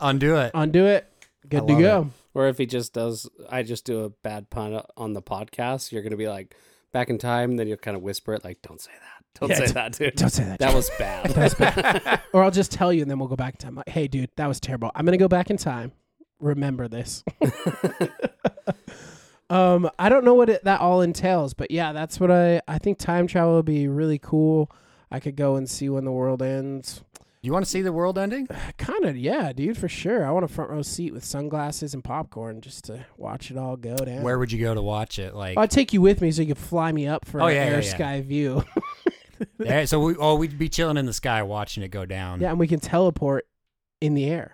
S4: Undo it.
S2: undo it,
S4: I
S2: good to
S4: love
S2: go.
S3: or if he just does, I just do a bad pun on the podcast. You're gonna be like back in time. Then you'll kind of whisper it, like, "Don't say that. Don't
S2: Yeah,
S3: say
S2: don't-
S3: that, dude.
S2: Don't say that.
S3: that was bad."
S2: That's bad. or I'll just tell you and then we'll go back in time. Like, hey, dude, that was terrible. I'm going to go back in time. Remember this. um, I don't know what it, that all entails, but yeah, that's what I, I think time travel would be really cool. I could go and see when the world ends.
S4: You want to see the world ending?
S2: Kind of, yeah, dude, for sure. I want a front row seat with sunglasses and popcorn just to watch it all go down.
S4: Where would you go to watch it? Like,
S2: I'll take you with me so you can fly me up for
S4: Oh,
S2: an
S4: yeah,
S2: air
S4: yeah, yeah.
S2: sky view.
S4: yeah, so we oh we'd be chilling in the sky watching it go down.
S2: Yeah, and we can teleport in the air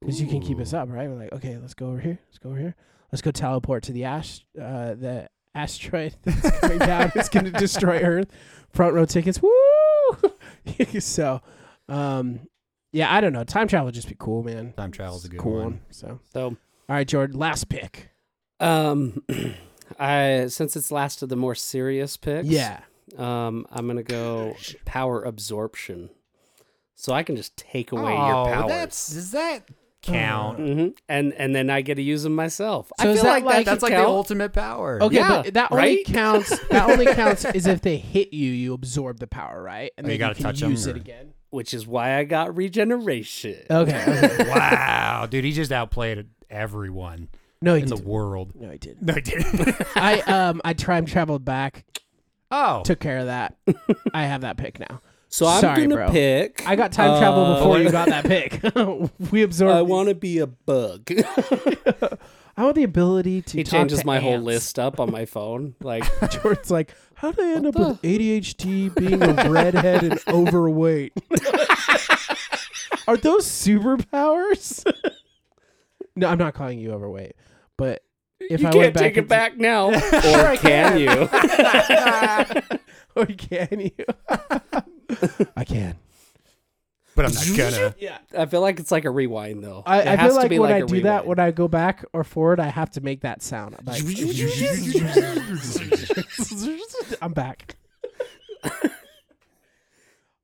S2: because you can keep
S4: Ooh.
S2: us up, right? We're like, okay, let's go over here. Let's go over here. Let's go teleport to the ash, uh, the asteroid that's coming down. It's going to destroy Earth. Front row tickets. Woo! so, um, yeah, I don't know. Time travel would just be cool, man.
S4: Time travel's a
S2: It's
S4: good
S2: cool
S4: one.
S2: So, all
S3: so,
S2: right, Jordan, last pick.
S3: um, I since it's last of the more serious picks,
S2: Yeah.
S3: um, I'm gonna go power absorption. So I can just take away
S4: Oh,
S3: your powers.
S4: that's does that count?
S3: hmm And and then I get to use them myself. I
S2: So
S3: feel
S2: is that
S3: like,
S2: like-
S3: that
S4: that's
S3: could
S4: like the
S3: count.
S4: ultimate power.
S2: Okay,
S3: Yeah,
S2: but that only
S3: right?
S2: counts. That only counts is if they hit you, you absorb the power, right? And
S4: Oh, you
S2: then
S4: gotta
S2: you can
S4: touch 'em
S2: use
S4: or-
S2: it again.
S3: which is why I got regeneration.
S2: Okay. okay.
S4: wow, dude, he just outplayed everyone
S2: No, he
S4: in the
S2: didn't.
S4: world.
S2: No, he didn't.
S4: No, he didn't.
S2: I um I time traveled back,
S4: oh,
S2: took care of that. I have that pick now.
S3: so I'm
S2: Sorry,
S3: gonna
S2: bro.
S3: pick.
S2: I got time travel
S3: uh,
S2: before you got that pick. we absorbed.
S3: I want to be a bug.
S2: I want the ability to.
S3: he
S2: talk
S3: changes
S2: to
S3: my whole
S2: ants.
S3: list up on my phone. Like,
S2: Jordan's like, how did I end up with ADHD, being a redhead, and overweight? Are those superpowers? no, I'm not calling you overweight, but if
S3: you
S2: I went
S3: can't
S2: back
S3: take it
S2: into-
S3: back now, or can you?
S2: or Oh, can you? I can.
S4: but I'm not gonna.
S2: Yeah.
S3: I feel like it's like a rewind though.
S2: I,
S3: It
S2: I
S3: has
S2: feel
S3: to
S2: like
S3: be
S2: when I
S3: a
S2: do that,
S3: rewind.
S2: when I go back or forward, I have to make that sound. I'm, like, I'm back.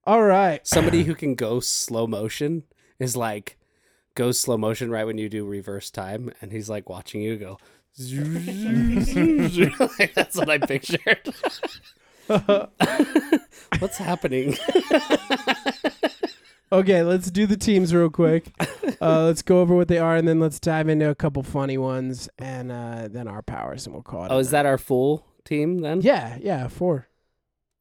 S2: All right.
S3: somebody who can go slow motion is like goes slow motion right when you do reverse time, and he's like watching you go. Like, that's what I pictured. What's happening?
S2: Okay, let's do the teams real quick. Uh, let's go over what they are, and then let's dive into a couple funny ones, and uh, then our powers, and we'll call it.
S3: Oh,
S2: a
S3: is
S2: night.
S3: that our full team then?
S2: Yeah, yeah, four.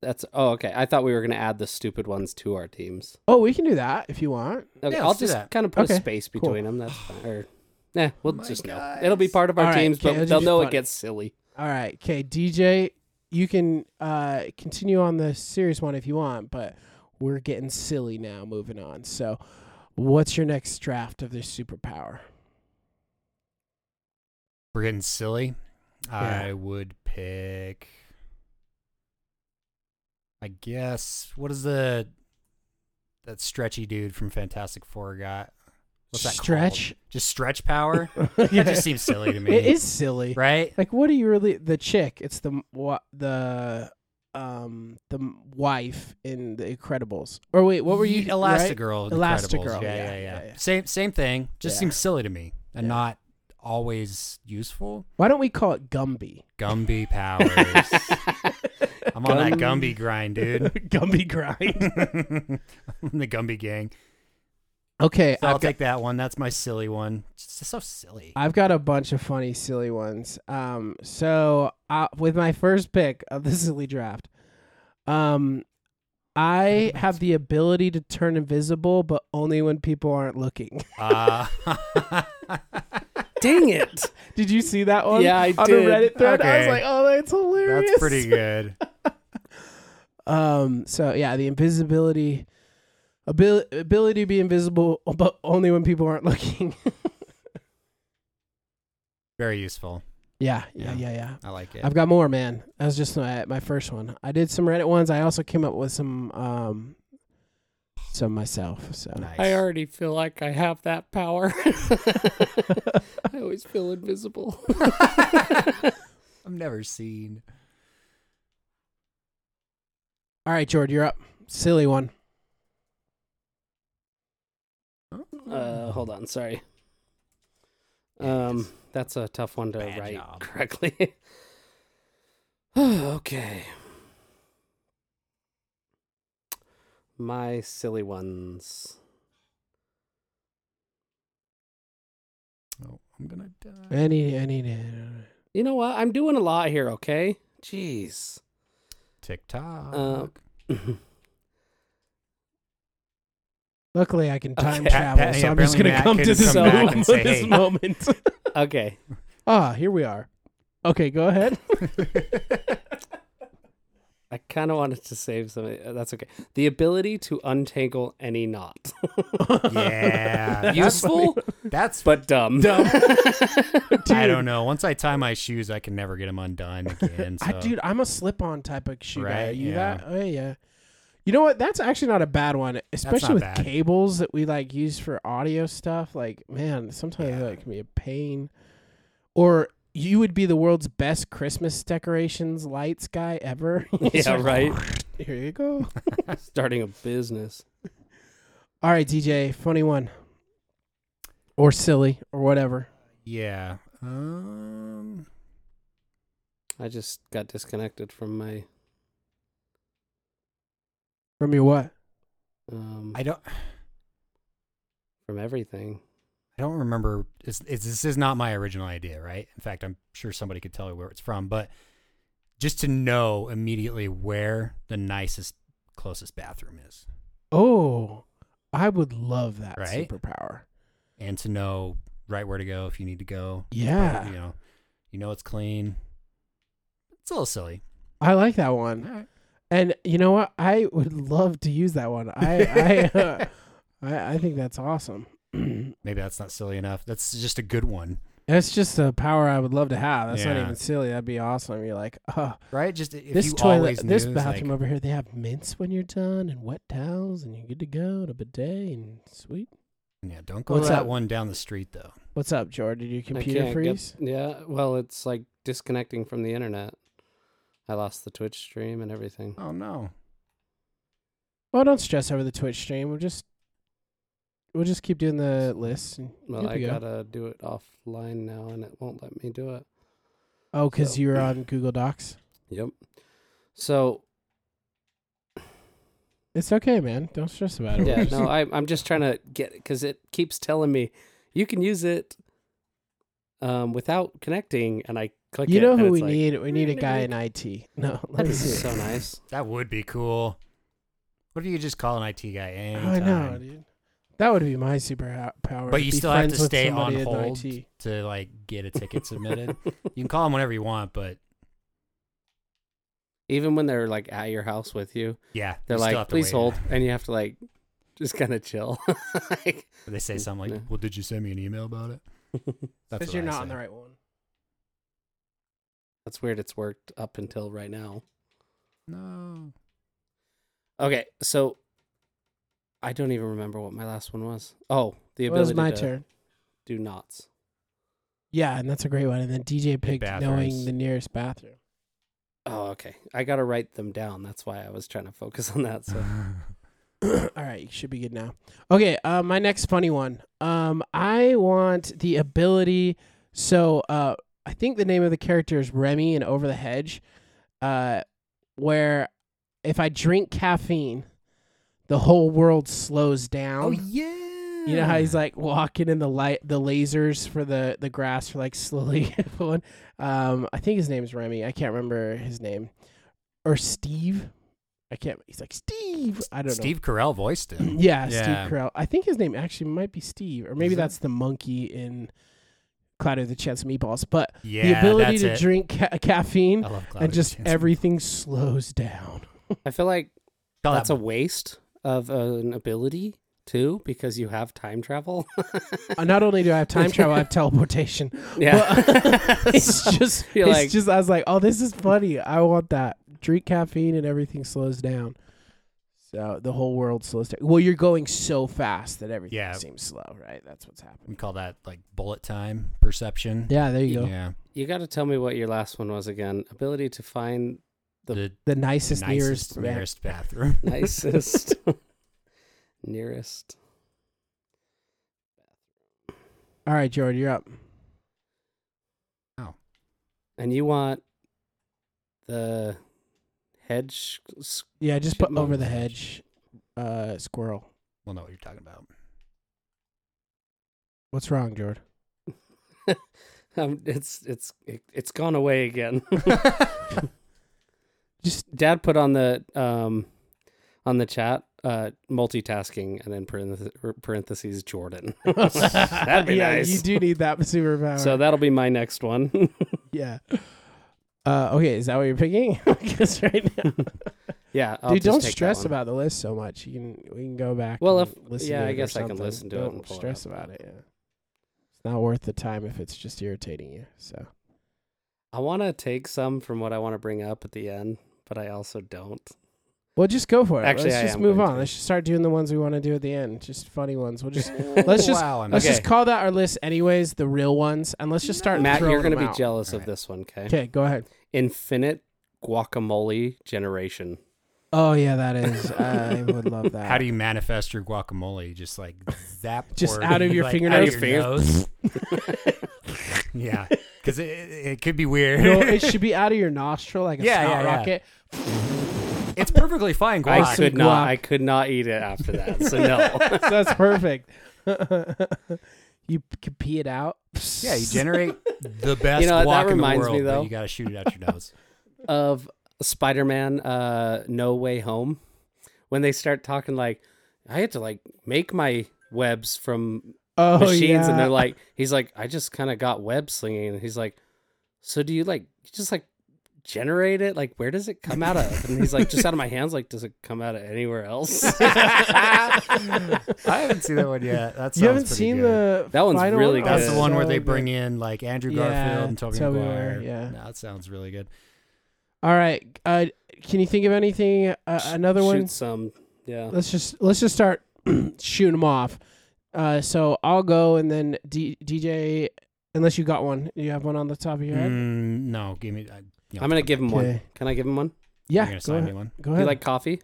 S3: That's oh okay. I thought we were gonna add the stupid ones to our teams.
S2: Oh, we can do that if you want.
S3: Okay,
S4: Yeah,
S3: I'll
S4: let's do
S3: just
S4: that.
S3: kind of put
S2: Okay,
S3: a space
S2: cool.
S3: between them. That's fine. Or, nah, we'll
S4: My
S3: just know.
S4: guys.
S3: It'll be part of our
S2: All right,
S3: teams,
S2: okay,
S3: but
S2: let's
S3: they'll
S2: just
S3: know
S2: fun-
S3: it gets silly.
S2: All right, okay, DJ, you can uh, continue on the serious one if you want, but we're getting silly now. Moving on. So, what's your next draft of this superpower?
S4: We're getting silly.
S2: Yeah.
S4: I would pick. I guess what is the that stretchy dude from Fantastic Four got? What's that called?
S2: Stretch.
S4: Just stretch power. That just seems silly to me.
S2: It is silly.
S4: right.
S2: Like, what do you really? The chick. It's the what the um the m- wife in the Incredibles. Or wait, what were you?
S4: Ye-
S2: right?
S4: Elastigirl?
S2: Elastigirl,
S4: Elastigirl. Yeah
S2: yeah,
S4: yeah, yeah,
S2: yeah, yeah.
S4: Same same thing. Just
S2: Yeah.
S4: seems silly to me and
S2: Yeah.
S4: not always useful.
S2: Why don't we call it Gumby?
S4: Gumby powers. I'm on that Gumby grind, dude.
S2: Gumby grind.
S4: I'm the Gumby gang.
S2: Okay,
S4: So
S2: I've
S4: I'll
S2: got-
S4: take that one. That's my silly one. It's just so silly.
S2: I've got a bunch of funny, silly ones. Um, so uh, with my first pick of the silly draft, um, I have the ability to turn invisible, but only when people aren't looking.
S4: Uh,
S3: Dang it.
S2: Did you see that one?
S3: Yeah, I
S2: on
S3: did.
S2: a Reddit thread. I was
S4: Okay.
S2: like, oh, that's hilarious.
S4: That's pretty good.
S2: Um. So yeah, the invisibility ability ability to be invisible, but only when people aren't looking.
S4: Very useful.
S2: yeah, yeah,
S4: Yeah.
S2: yeah, yeah.
S4: I like it.
S2: I've got more, man. That was just my, my first one. I did some Reddit ones. I also came up with some um some myself. So
S4: nice.
S3: I already feel like I have that power. I always feel invisible.
S4: I've never seen.
S2: all right, George, you're up. Silly one.
S3: Uh, hold on, sorry. Um, that's a tough one to
S4: Bad
S3: write
S4: job.
S3: correctly. okay. My silly ones.
S4: Oh, I'm gonna die.
S2: Any any.
S3: You know what? I'm doing a lot here, okay? Jeez.
S4: TikTok.
S2: Luckily, I can time
S3: Okay.
S2: travel,
S4: Pat-
S2: so
S4: yeah,
S2: I'm just
S4: apparently
S2: gonna
S4: Matt
S2: come
S4: can
S2: to this,
S3: come back
S2: moment,
S3: and
S4: say,
S2: this
S4: "Hey."
S2: moment.
S3: okay.
S2: Ah, here we are. Okay, go ahead.
S3: I kind of wanted to save something. uh, That's okay. The ability to untangle any knot.
S4: yeah.
S3: Useful,
S4: That's, that's
S3: but dumb.
S2: Dumb.
S4: I don't know. Once I tie my shoes, I can never get them undone again. So.
S2: I, dude, I'm a slip-on type of shoe guy.
S4: Right,
S2: You
S4: yeah.
S2: that? Oh yeah. You know what? That's actually not a bad one, especially
S4: not
S2: with
S4: bad.
S2: cables that we like use for audio stuff. Like, man, sometimes
S4: Yeah.
S2: that can be a pain. Or you would be the world's best Christmas decorations lights guy ever. It's
S3: yeah,
S2: like,
S3: right.
S2: Here you go.
S3: Starting a business.
S2: All right, DJ, funny one, or silly, or whatever.
S4: Yeah. Um.
S3: I just got disconnected from my.
S2: From your what?
S3: Um,
S4: I don't.
S3: from everything.
S4: I don't remember. It's, it's, this is not my original idea, right? In fact, I'm sure somebody could tell you where it's from, but just to know immediately where the nicest, closest bathroom is,
S2: Oh, I would love that
S4: Right?
S2: superpower.
S4: and to know right where to go if you need to go.
S2: Yeah,
S4: You know, you know it's clean. It's a little silly.
S2: I like that one.
S4: All right.
S2: And you know what? I would love to use that one. I I uh, I, I think that's awesome.
S4: Maybe that's not silly enough. That's just a good one,
S2: That's just a power I would love to have. That's not
S4: Yeah.
S2: even silly. That'd be awesome. You're like, oh,
S4: right? Just if
S2: this
S4: you
S2: toilet,
S4: always knew,
S2: this
S4: it's
S2: bathroom
S4: like,
S2: over here, they have mints when you're done and wet towels, and you're good to go and a bidet and sweet.
S4: yeah, don't go
S2: What's
S4: to that
S2: up?
S4: one down the street though.
S2: What's up, George? Did your
S3: I
S2: computer
S3: can't get-
S2: freeze?
S3: yeah, well, it's like disconnecting from the internet. I lost the Twitch stream and everything.
S4: Oh no.
S2: Well, don't stress over the Twitch stream. We'll just we'll just keep doing the lists. And
S3: Well,
S2: good to
S3: I
S2: go.
S3: gotta do it offline now, and it won't let me do it.
S2: oh, because
S3: so-
S2: you were on Google Docs.
S3: Yep. So
S2: It's okay, man. Don't stress about it.
S3: yeah,
S2: We're
S3: no, I, I'm just trying to get because it keeps telling me you can use it um, without connecting, and I click.
S2: you
S3: it,
S2: know
S3: and
S2: who
S3: it's
S2: we
S3: like,
S2: need? We need a
S3: "Ring,
S2: guy
S3: ring."
S2: in IT. No, let
S3: That'd
S2: me
S3: be
S2: see.
S3: so nice.
S4: That would be cool. What if you could just call an IT guy
S2: Oh,
S4: anytime?
S2: I know, dude. That would be my superpower.
S4: But
S2: to
S4: you
S2: be
S4: still have
S2: friends
S4: to
S2: with
S4: stay on
S2: somebody in
S4: hold
S2: IT.
S4: to like get a ticket submitted. you can call them whenever you want, but
S3: Even when they're like at your house with you,
S4: yeah,
S3: they're
S4: you still have
S3: like,
S4: to
S3: "Please
S4: wait."
S3: hold," and you have to like just kind of chill. like,
S4: They say something like,
S3: Yeah.
S4: "Well, did you send me an email about it?" That's
S2: Because
S4: what
S2: you're
S4: I
S2: not
S4: say.
S2: on the right one.
S3: That's weird. It's worked up until right now.
S4: No,
S3: Okay, so I don't even remember what my last one was. Oh, the
S2: It
S3: ability
S2: was my
S3: to
S2: turn.
S3: do knots.
S2: Yeah, and that's a great one. And then DJ picked knowing
S4: bathrooms.
S2: the nearest bathroom.
S3: Oh, okay. I gotta write them down. That's why I was trying to focus on that. So
S4: oh,
S2: All right, you should be good now. Okay, uh, my next funny one. Um, I want the ability. So, uh, I think the name of the character is Remy and Over the Hedge, uh, where if I drink caffeine, the whole world slows down.
S4: oh yeah.
S2: You know how he's like walking in the light, the lasers for the the grass for like slowly going. Um, I think his name is Remy. I can't remember his name, or Steve. I can't. He's like Steve. I don't know.
S4: Steve Carell voiced him.
S2: Yeah,
S4: Yeah.
S2: Steve Carell. I think his name actually might be Steve, or maybe
S4: it?
S2: that's the monkey in Cloudy the Chance Meatballs, but
S4: Yeah,
S2: the ability
S4: that's
S2: to
S4: it.
S2: drink ca- caffeine
S4: I love Cloud
S2: and
S4: of
S2: just
S4: Chance.
S2: everything slows down.
S3: I feel like
S4: Call that
S3: that's a waste of an ability too, because you have time travel.
S2: Uh, Not only do I have time travel, I have teleportation.
S3: yeah,
S2: It's just,
S3: you're
S2: it's
S3: like-
S2: just. I was like, oh, this is funny. I want that. Drink caffeine and everything slows down. So the whole world slows down. Well, you're going so fast that everything
S4: Yeah.
S2: seems slow, right? That's what's happening.
S4: we call that like bullet time perception.
S2: Yeah, there you go.
S4: Yeah.
S3: you got to tell me what your last one was again. Ability to find The-
S4: The
S2: The nicest,
S4: nicest
S2: nearest, nearest.
S4: nearest bathroom.
S3: nicest, nearest.
S2: All right, Jordan, you're up.
S3: and you want the hedge s-
S2: Yeah, just put
S3: Chipmunk.
S2: over the hedge. Uh, squirrel.
S4: We'll know what you're talking about.
S2: What's wrong, Jordan?
S3: um, it's it's it, it's gone away again
S2: Just
S3: dad put on the um on the chat uh multitasking and then parentheses, parentheses jordan that'd be
S2: yeah,
S3: nice
S2: you do need that superpower.
S3: so that'll be my next one
S2: yeah. Uh, okay, is that what you're picking? Because right now,
S3: yeah I'll
S2: dude,
S3: just
S2: don't
S3: take that
S2: stress
S3: one.
S2: about the list so much. You can we can go back.
S3: Well,
S2: and
S3: if-
S2: listen
S3: yeah,
S2: to
S3: I
S2: it or
S3: guess I can
S2: something.
S3: listen to it
S2: don't
S3: and pull it
S2: stress
S3: up.
S2: about it. Yeah, it's not worth the time if it's just irritating you. So
S3: i want to take some from what i want to bring up at the end but i also don't
S2: well, just go for it.
S3: Actually,
S2: let's
S3: I
S2: just
S3: am
S2: move
S3: going
S2: on.
S3: to.
S2: Let's just start doing the ones we want to do at the end. Just funny ones. We'll just let's just
S4: wow, I'm
S2: let's just
S3: Okay.
S2: call that our list anyways. The real ones, and let's just start.
S3: matt you're
S2: going
S3: gonna
S2: to
S3: be jealous
S4: All
S3: of
S4: right.
S3: this one okay
S2: Okay, go ahead.
S3: infinite guacamole generation
S2: Oh yeah, that is. I would love that.
S4: How do you manifest your guacamole? Just like zap,
S2: Just
S4: or,
S2: out of your
S4: like,
S2: fingernails?
S4: out of your nose. yeah, because it, it it could be weird.
S2: No, it should be out of your nostril like a
S4: Yeah,
S2: snot
S4: yeah, yeah.
S2: rocket.
S4: it's perfectly fine. Guac.
S3: I could not.
S2: Guac.
S3: I could not eat it after that. So no.
S2: So that's perfect. you p- could pee it out.
S4: Yeah, you generate the best
S3: You know what,
S4: guac
S3: that
S4: in the
S3: reminds me,
S4: world, but
S3: though.
S4: you got to shoot it out your nose.
S3: of Spider-Man: uh, No Way Home, when they start talking like, I had to like make my webs from
S2: oh,
S3: machines,
S2: yeah.
S3: and they're like, he's like, I just kind of got web slinging, and he's like, so do you like you just like generate it? Like, where does it come out of? And he's like, just out of my hands. Like, does it come out of anywhere else?
S4: I haven't seen that one yet. That
S2: you haven't
S4: sounds pretty
S2: seen
S4: good.
S2: the
S3: That one's
S2: final
S3: really
S2: Oh,
S3: good.
S4: That's the
S2: it's
S4: one where
S2: so
S4: they
S2: good.
S4: bring in like Andrew
S2: Yeah,
S4: Garfield and Tobey
S2: Tobey
S4: Maguire.
S2: Maguire, yeah.
S4: No, that sounds really good.
S2: All right, uh, can you think of anything? Uh, another
S3: Shoot
S2: one.
S3: Some. Yeah.
S2: Let's just let's just start shooting them off. Uh, so I'll go, and then D- DJ. Unless you got one, you have one on the top of your head.
S4: Mm, no, give me. I, you know,
S3: I'm gonna give him one.
S2: Okay.
S3: Can I give him one?
S2: Yeah,
S4: You're gonna
S2: go
S4: sign me
S2: ahead.
S4: one.
S2: Go
S3: Do you
S2: ahead.
S3: like coffee?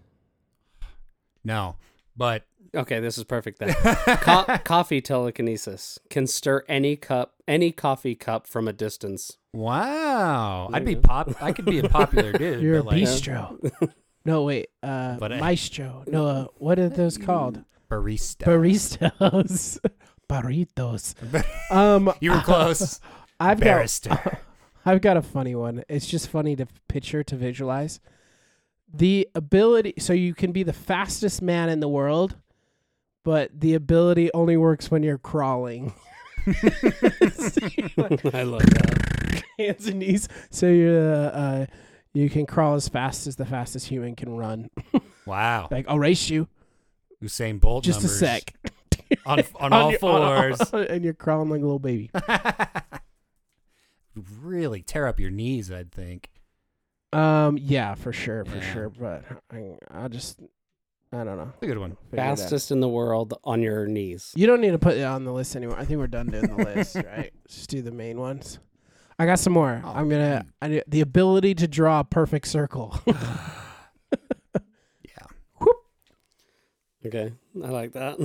S4: No, but
S3: Okay, this is perfect then. Co- coffee telekinesis can stir any cup, any coffee cup from a distance.
S4: wow, I'd be
S3: Yeah.
S4: pop. I could be a popular dude.
S2: You're a
S4: but like,
S2: bistro. no, wait. Uh,
S4: But eh. Mm, I-
S2: maestro. No, uh, what are those called?
S4: barista.
S2: Baristas. Burritos. Um,
S4: you were close.
S2: I've got
S4: Barrister.
S2: I've got a funny one. It's just funny to picture to visualize. The ability so you can be the fastest man in the world, but the ability only works when you're crawling.
S3: I love that.
S2: Hands and knees. So you're uh, uh, you can crawl as fast as the fastest human can run.
S4: Wow,
S2: Like I'll race you.
S4: Usain Bolt.
S2: Just
S4: numbers
S2: a sec.
S4: on on all
S2: your-
S4: fours.
S2: and you're crawling like a little baby.
S4: really tear up your knees. I'd think.
S2: Um, yeah, for sure, for
S4: Yeah.
S2: sure. But I, I just, I don't know.
S4: It's a good one.
S2: Figure it out.
S3: Fastest in the world on your knees.
S2: You don't need to put it on the list anymore. I think we're done doing the list, right? Just do the main ones. I got some more.
S4: Oh,
S2: I'm gonna I, need- the ability to draw a perfect circle.
S4: Yeah,
S3: Okay, I like that.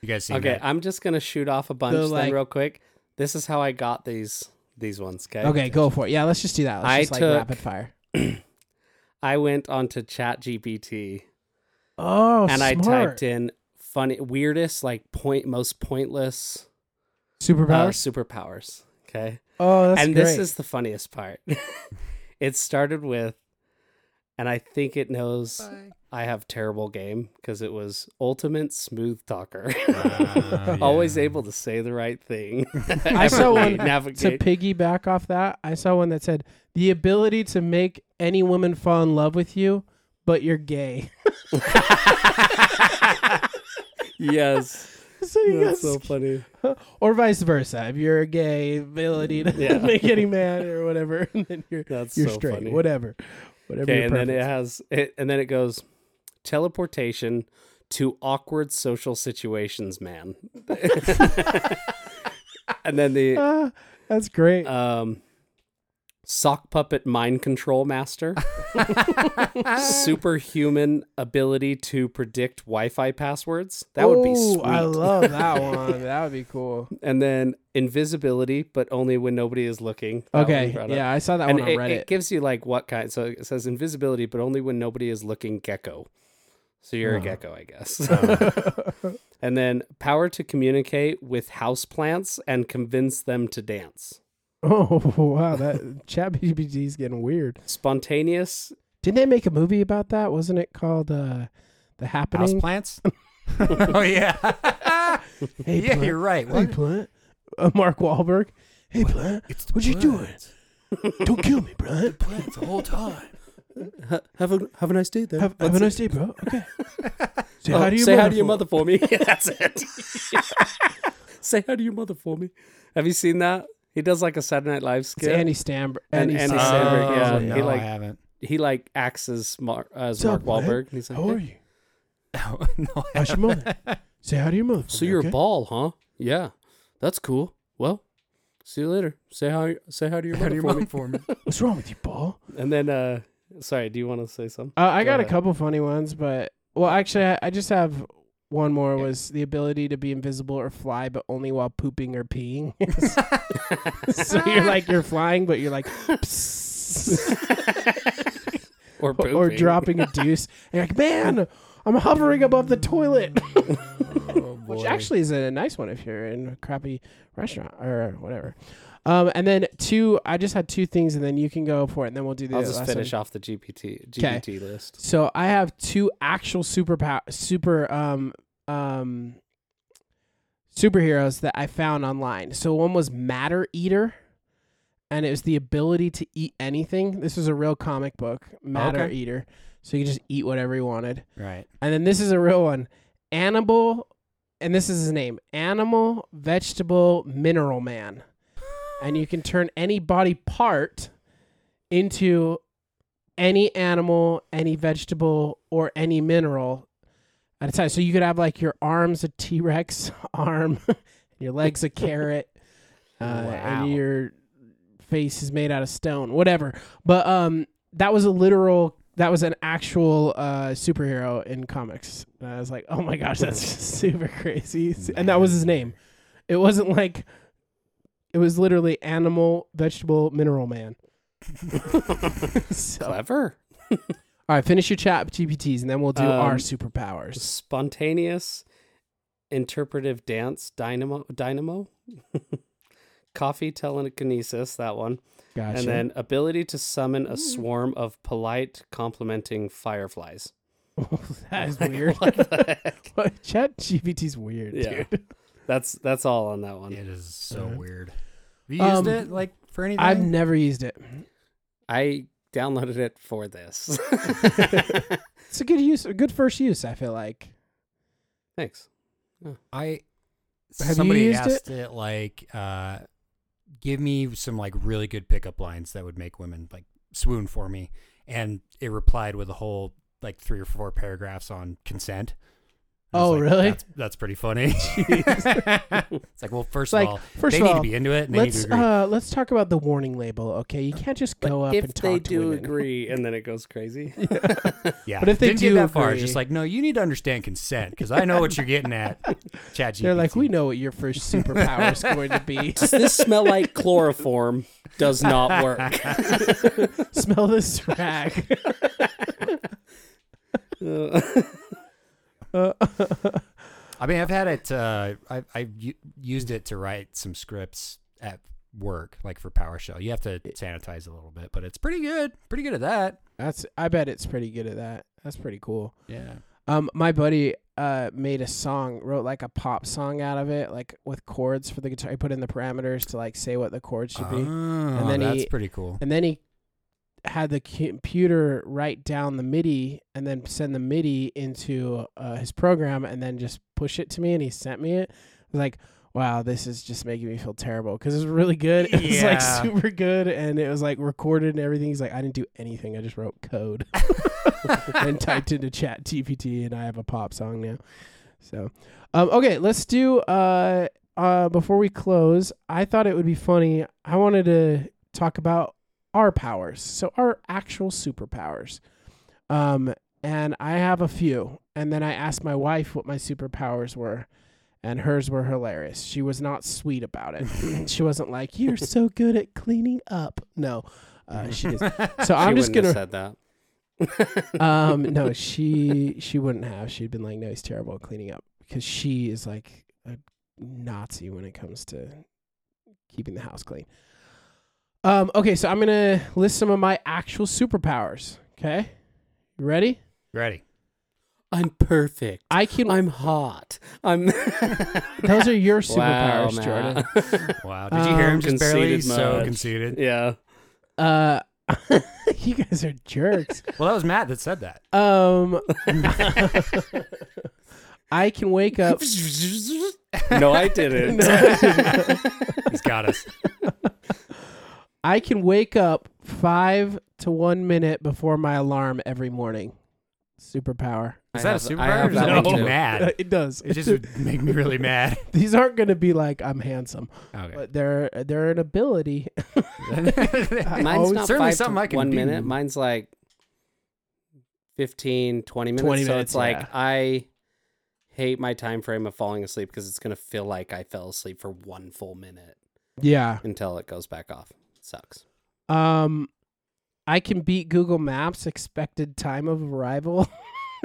S4: you guys see
S3: okay,
S4: that?
S3: I'm just gonna shoot off a bunch
S2: The,
S3: then
S2: like-
S3: real quick. This is how I got these these ones. Okay.
S2: okay, go for it. Yeah, let's just do that. Let's
S3: I
S2: just like
S3: took-
S2: rapid fire.
S3: I went onto ChatGPT
S2: Oh,
S3: and I
S2: smart.
S3: typed in funny weirdest like point most pointless uh,
S2: superpowers.
S3: superpowers. Okay.
S2: oh, that's
S3: and
S2: great.
S3: this is the funniest part. it started with and I think it knows I have terrible game because it was ultimate smooth talker.
S4: Ah,
S3: Always
S4: yeah.
S3: able to say the right thing.
S2: I saw one
S3: Navigate,
S2: to
S3: navigate.
S2: piggyback off that, I saw one that said the ability to make any woman fall in love with you, but you're gay.
S3: yes,
S2: so you
S3: that's
S2: guys-
S3: so funny.
S2: or vice versa. If you're gay, ability to
S3: Yeah.
S2: make any man or whatever, and then you're
S3: That's
S2: you're
S3: so
S2: straight,
S3: funny.
S2: whatever, whatever.
S3: Okay,
S2: your
S3: and then it
S2: preference.
S3: has it, and then it goes teleportation to awkward social situations, man. and then the
S2: Ah, that's great.
S3: um, sock puppet mind control master, superhuman ability to predict Wi-Fi passwords. That would be
S2: Ooh,
S3: sweet.
S2: I love that one. that would be cool.
S3: and then invisibility, but only when nobody is looking. That one we
S2: okay,
S3: brought up.
S2: yeah, I saw that
S3: and
S2: one on
S3: it,
S2: Reddit.
S3: it gives you like what kind. So it says invisibility, but only when nobody is looking. Gecko. So you're a
S4: Oh.
S3: gecko, I guess. and then power to communicate with houseplants and convince them to dance.
S2: oh wow, that chat GPT is getting weird.
S3: Spontaneous.
S2: Didn't they make a movie about that? Wasn't it called uh, The
S4: House
S2: Happening?
S4: plants. oh yeah.
S2: Hey,
S4: yeah,
S2: Plant.
S4: you're right.
S2: Hey,
S4: What?
S2: Plant. Uh, Mark Wahlberg. Hey, Plant.
S4: It's
S2: What you doing? Don't kill me, Plant.
S4: Plants the whole time.
S3: Have a have a nice day there.
S2: Have, have a nice day, bro. Okay. Say
S3: Oh,
S2: hi to your
S3: say
S2: mother.
S3: hi to your
S2: for-
S3: mother for me. Yeah, That's it. say hi to your mother for me. Have you seen that? He does like a Saturday Night Live
S2: It's
S3: skit.
S2: Andy Stamber.
S3: And Andy Samberg, yeah.
S4: Oh,
S3: He
S4: no,
S3: like-
S4: I haven't.
S3: He like acts as, Mar- as
S2: So,
S3: Mark
S2: what?
S3: Wahlberg. And he's like,
S2: How
S3: "Hey,
S2: are you?
S4: No, no, I
S2: How's your mother? Say hi to your mother. for
S3: So
S2: me,
S3: you're
S2: okay?
S3: a ball, huh? Yeah, that's cool. Well, see you later. Say hi. Say hi to your
S4: haven't.
S3: mother
S4: Your
S3: for me.
S4: mom for me.
S2: What's wrong with you, ball?
S3: And then, uh, sorry, do you want to say something?
S2: Uh, I
S3: Go
S2: got a
S3: ahead.
S2: couple funny ones, but well, actually, I, I just have one more. Was the ability to be invisible or fly, but only while pooping or peeing. so you're like you're flying, but you're like. psst. or-
S3: Or
S2: or
S3: pooping.
S2: dropping a deuce. And you're like, man, I'm hovering above the toilet.
S4: Oh,
S2: Which actually is a nice one if you're in a crappy restaurant or whatever. Um, and then two, I just had two things, and then you can go for it, and then we'll do the
S3: I'll just
S2: last
S3: finish
S2: one.
S3: off the GPT
S2: Okay.
S3: GPT list.
S2: So I have two actual super super um um superheroes that I found online. So one was Matter Eater, and it was the ability to eat anything. This was a real comic book, Matter
S4: Okay.
S2: Eater. So you could just eat whatever you wanted.
S4: Right.
S2: And then this is a real one. Animal and this is his name. Animal vegetable mineral man. And you can turn any body part into any animal, any vegetable, or any mineral at a time. So you could have like your arms a T Rex arm, your legs a carrot, uh,
S4: Wow.
S2: and your face is made out of stone, whatever. But um, that was a literal. That was an actual uh, superhero in comics. And I was like, oh my gosh, that's super crazy. And that was his name. It wasn't like. It was literally animal, vegetable, mineral man. so, all
S3: Clever.
S2: right, finish your chat GPTs, and then we'll do our
S3: Um,
S2: superpowers.
S3: Spontaneous interpretive dance dynamo dynamo. Coffee telekinesis, that one.
S2: Gotcha.
S3: And then ability to summon a swarm of polite complimenting fireflies.
S2: that is weird.
S3: What the heck?
S2: Chat GPT's weird,
S3: Yeah.
S2: dude.
S3: That's that's all on that one.
S4: It is so
S2: Uh-huh.
S4: weird. Have you used
S2: Um,
S4: it like for anything?
S2: I've never used it.
S3: I downloaded it for this.
S2: It's a good use, a good first use. I feel like.
S3: Thanks.
S4: I
S2: Have you
S4: somebody
S2: used
S4: asked it? like uh give me some like really good pickup lines that would make women like swoon for me and it replied with a whole like three or four paragraphs on consent. I was
S2: Oh, really?
S4: That's, that's pretty funny. it's like, well,
S2: It's
S4: first
S2: like,
S4: of all,
S2: first
S4: they
S2: of
S4: need
S2: all,
S4: to be into it. And they need to
S2: Let's
S4: agree.
S2: uh, let's talk about the warning label. Okay, you can't just go up and
S3: if
S2: talk
S3: they
S2: to
S3: do
S2: women.
S3: agree and then it goes crazy.
S4: yeah,
S2: but if they
S4: didn't
S2: do
S4: get that far, it's
S2: agree-
S4: just like, no, you need to understand consent because I know what you're getting at. Chat
S2: They're like, we know what your first superpower is going to be.
S3: Does this smell like chloroform? Does not work.
S2: Smell this rag.
S3: Uh,
S4: I mean, I've had it. Uh, I I u- used it to write some scripts at work like for PowerShell. You have to sanitize a little bit, but it's pretty good. Pretty good at that.
S2: That's I bet it's pretty good at that. That's pretty cool.
S4: Yeah.
S2: Um, my buddy uh made a song, wrote like a pop song out of it, like with chords for the guitar. He put in the parameters to like say what the chords should
S4: Uh-huh.
S2: be,
S4: and
S2: then
S4: Oh, that's
S2: he-
S4: pretty cool.
S2: and then he had the computer write down the MIDI and then send the MIDI into uh, his program and then just push it to me. And he sent me it. I was like, wow, this is just making me feel terrible because it was really good. It was like
S4: Yeah.
S2: super good and it was like recorded and everything. He's like, I didn't do anything. I just wrote code and typed into chat GPT and I have a pop song now. So, um, okay, let's do. Uh, uh, before we close, I thought it would be funny. I wanted to talk about our powers, so our actual superpowers. Um, and I have a few. And then I asked my wife what my superpowers were, and hers were hilarious. She was not sweet about it. she wasn't like, "You're so good at cleaning up." No, uh, she. Is. So I'm just
S3: wouldn't
S2: gonna
S3: have said that.
S2: um no she she wouldn't have she'd been like no he's terrible at cleaning up because she is like a nazi when it comes to keeping the house clean um okay so i'm gonna list some of my actual superpowers okay you ready
S4: Ready?
S3: I'm perfect.
S2: i can
S3: I'm hot. I'm.
S2: those are your
S3: Wow,
S2: superpowers jordan
S3: Matt.
S4: Wow. Did you hear him
S2: Um,
S4: just barely?
S3: Conceited
S4: So
S3: much.
S4: conceited.
S3: yeah.
S2: uh you guys are jerks
S4: Well, that was Matt that said that.
S2: um i can wake up
S3: no, I didn't.
S4: He's got us.
S2: I can wake up five to one minute before my alarm every morning. Superpower.
S3: I
S4: Is
S3: have-
S4: that a
S3: I
S4: superpower?
S3: have
S4: Or does
S3: that
S4: that
S3: one
S4: make you
S3: too.
S4: mad?
S2: Uh, It does.
S4: It just would make me really mad.
S2: These aren't going to be like I'm handsome,
S4: Okay.
S2: but they're they're an ability.
S3: Mine's
S2: always-
S3: not
S4: Certainly
S3: five
S4: something
S3: to
S4: I can
S3: one
S4: do.
S3: minute. Mine's like 15, 20 minutes.
S2: 20
S3: so
S2: minutes,
S3: it's like
S2: yeah.
S3: I hate my time frame of falling asleep because it's going to feel like I fell asleep for one full minute
S2: yeah.
S3: until it goes back off. Sucks.
S2: Um, I can beat Google Maps expected time of arrival.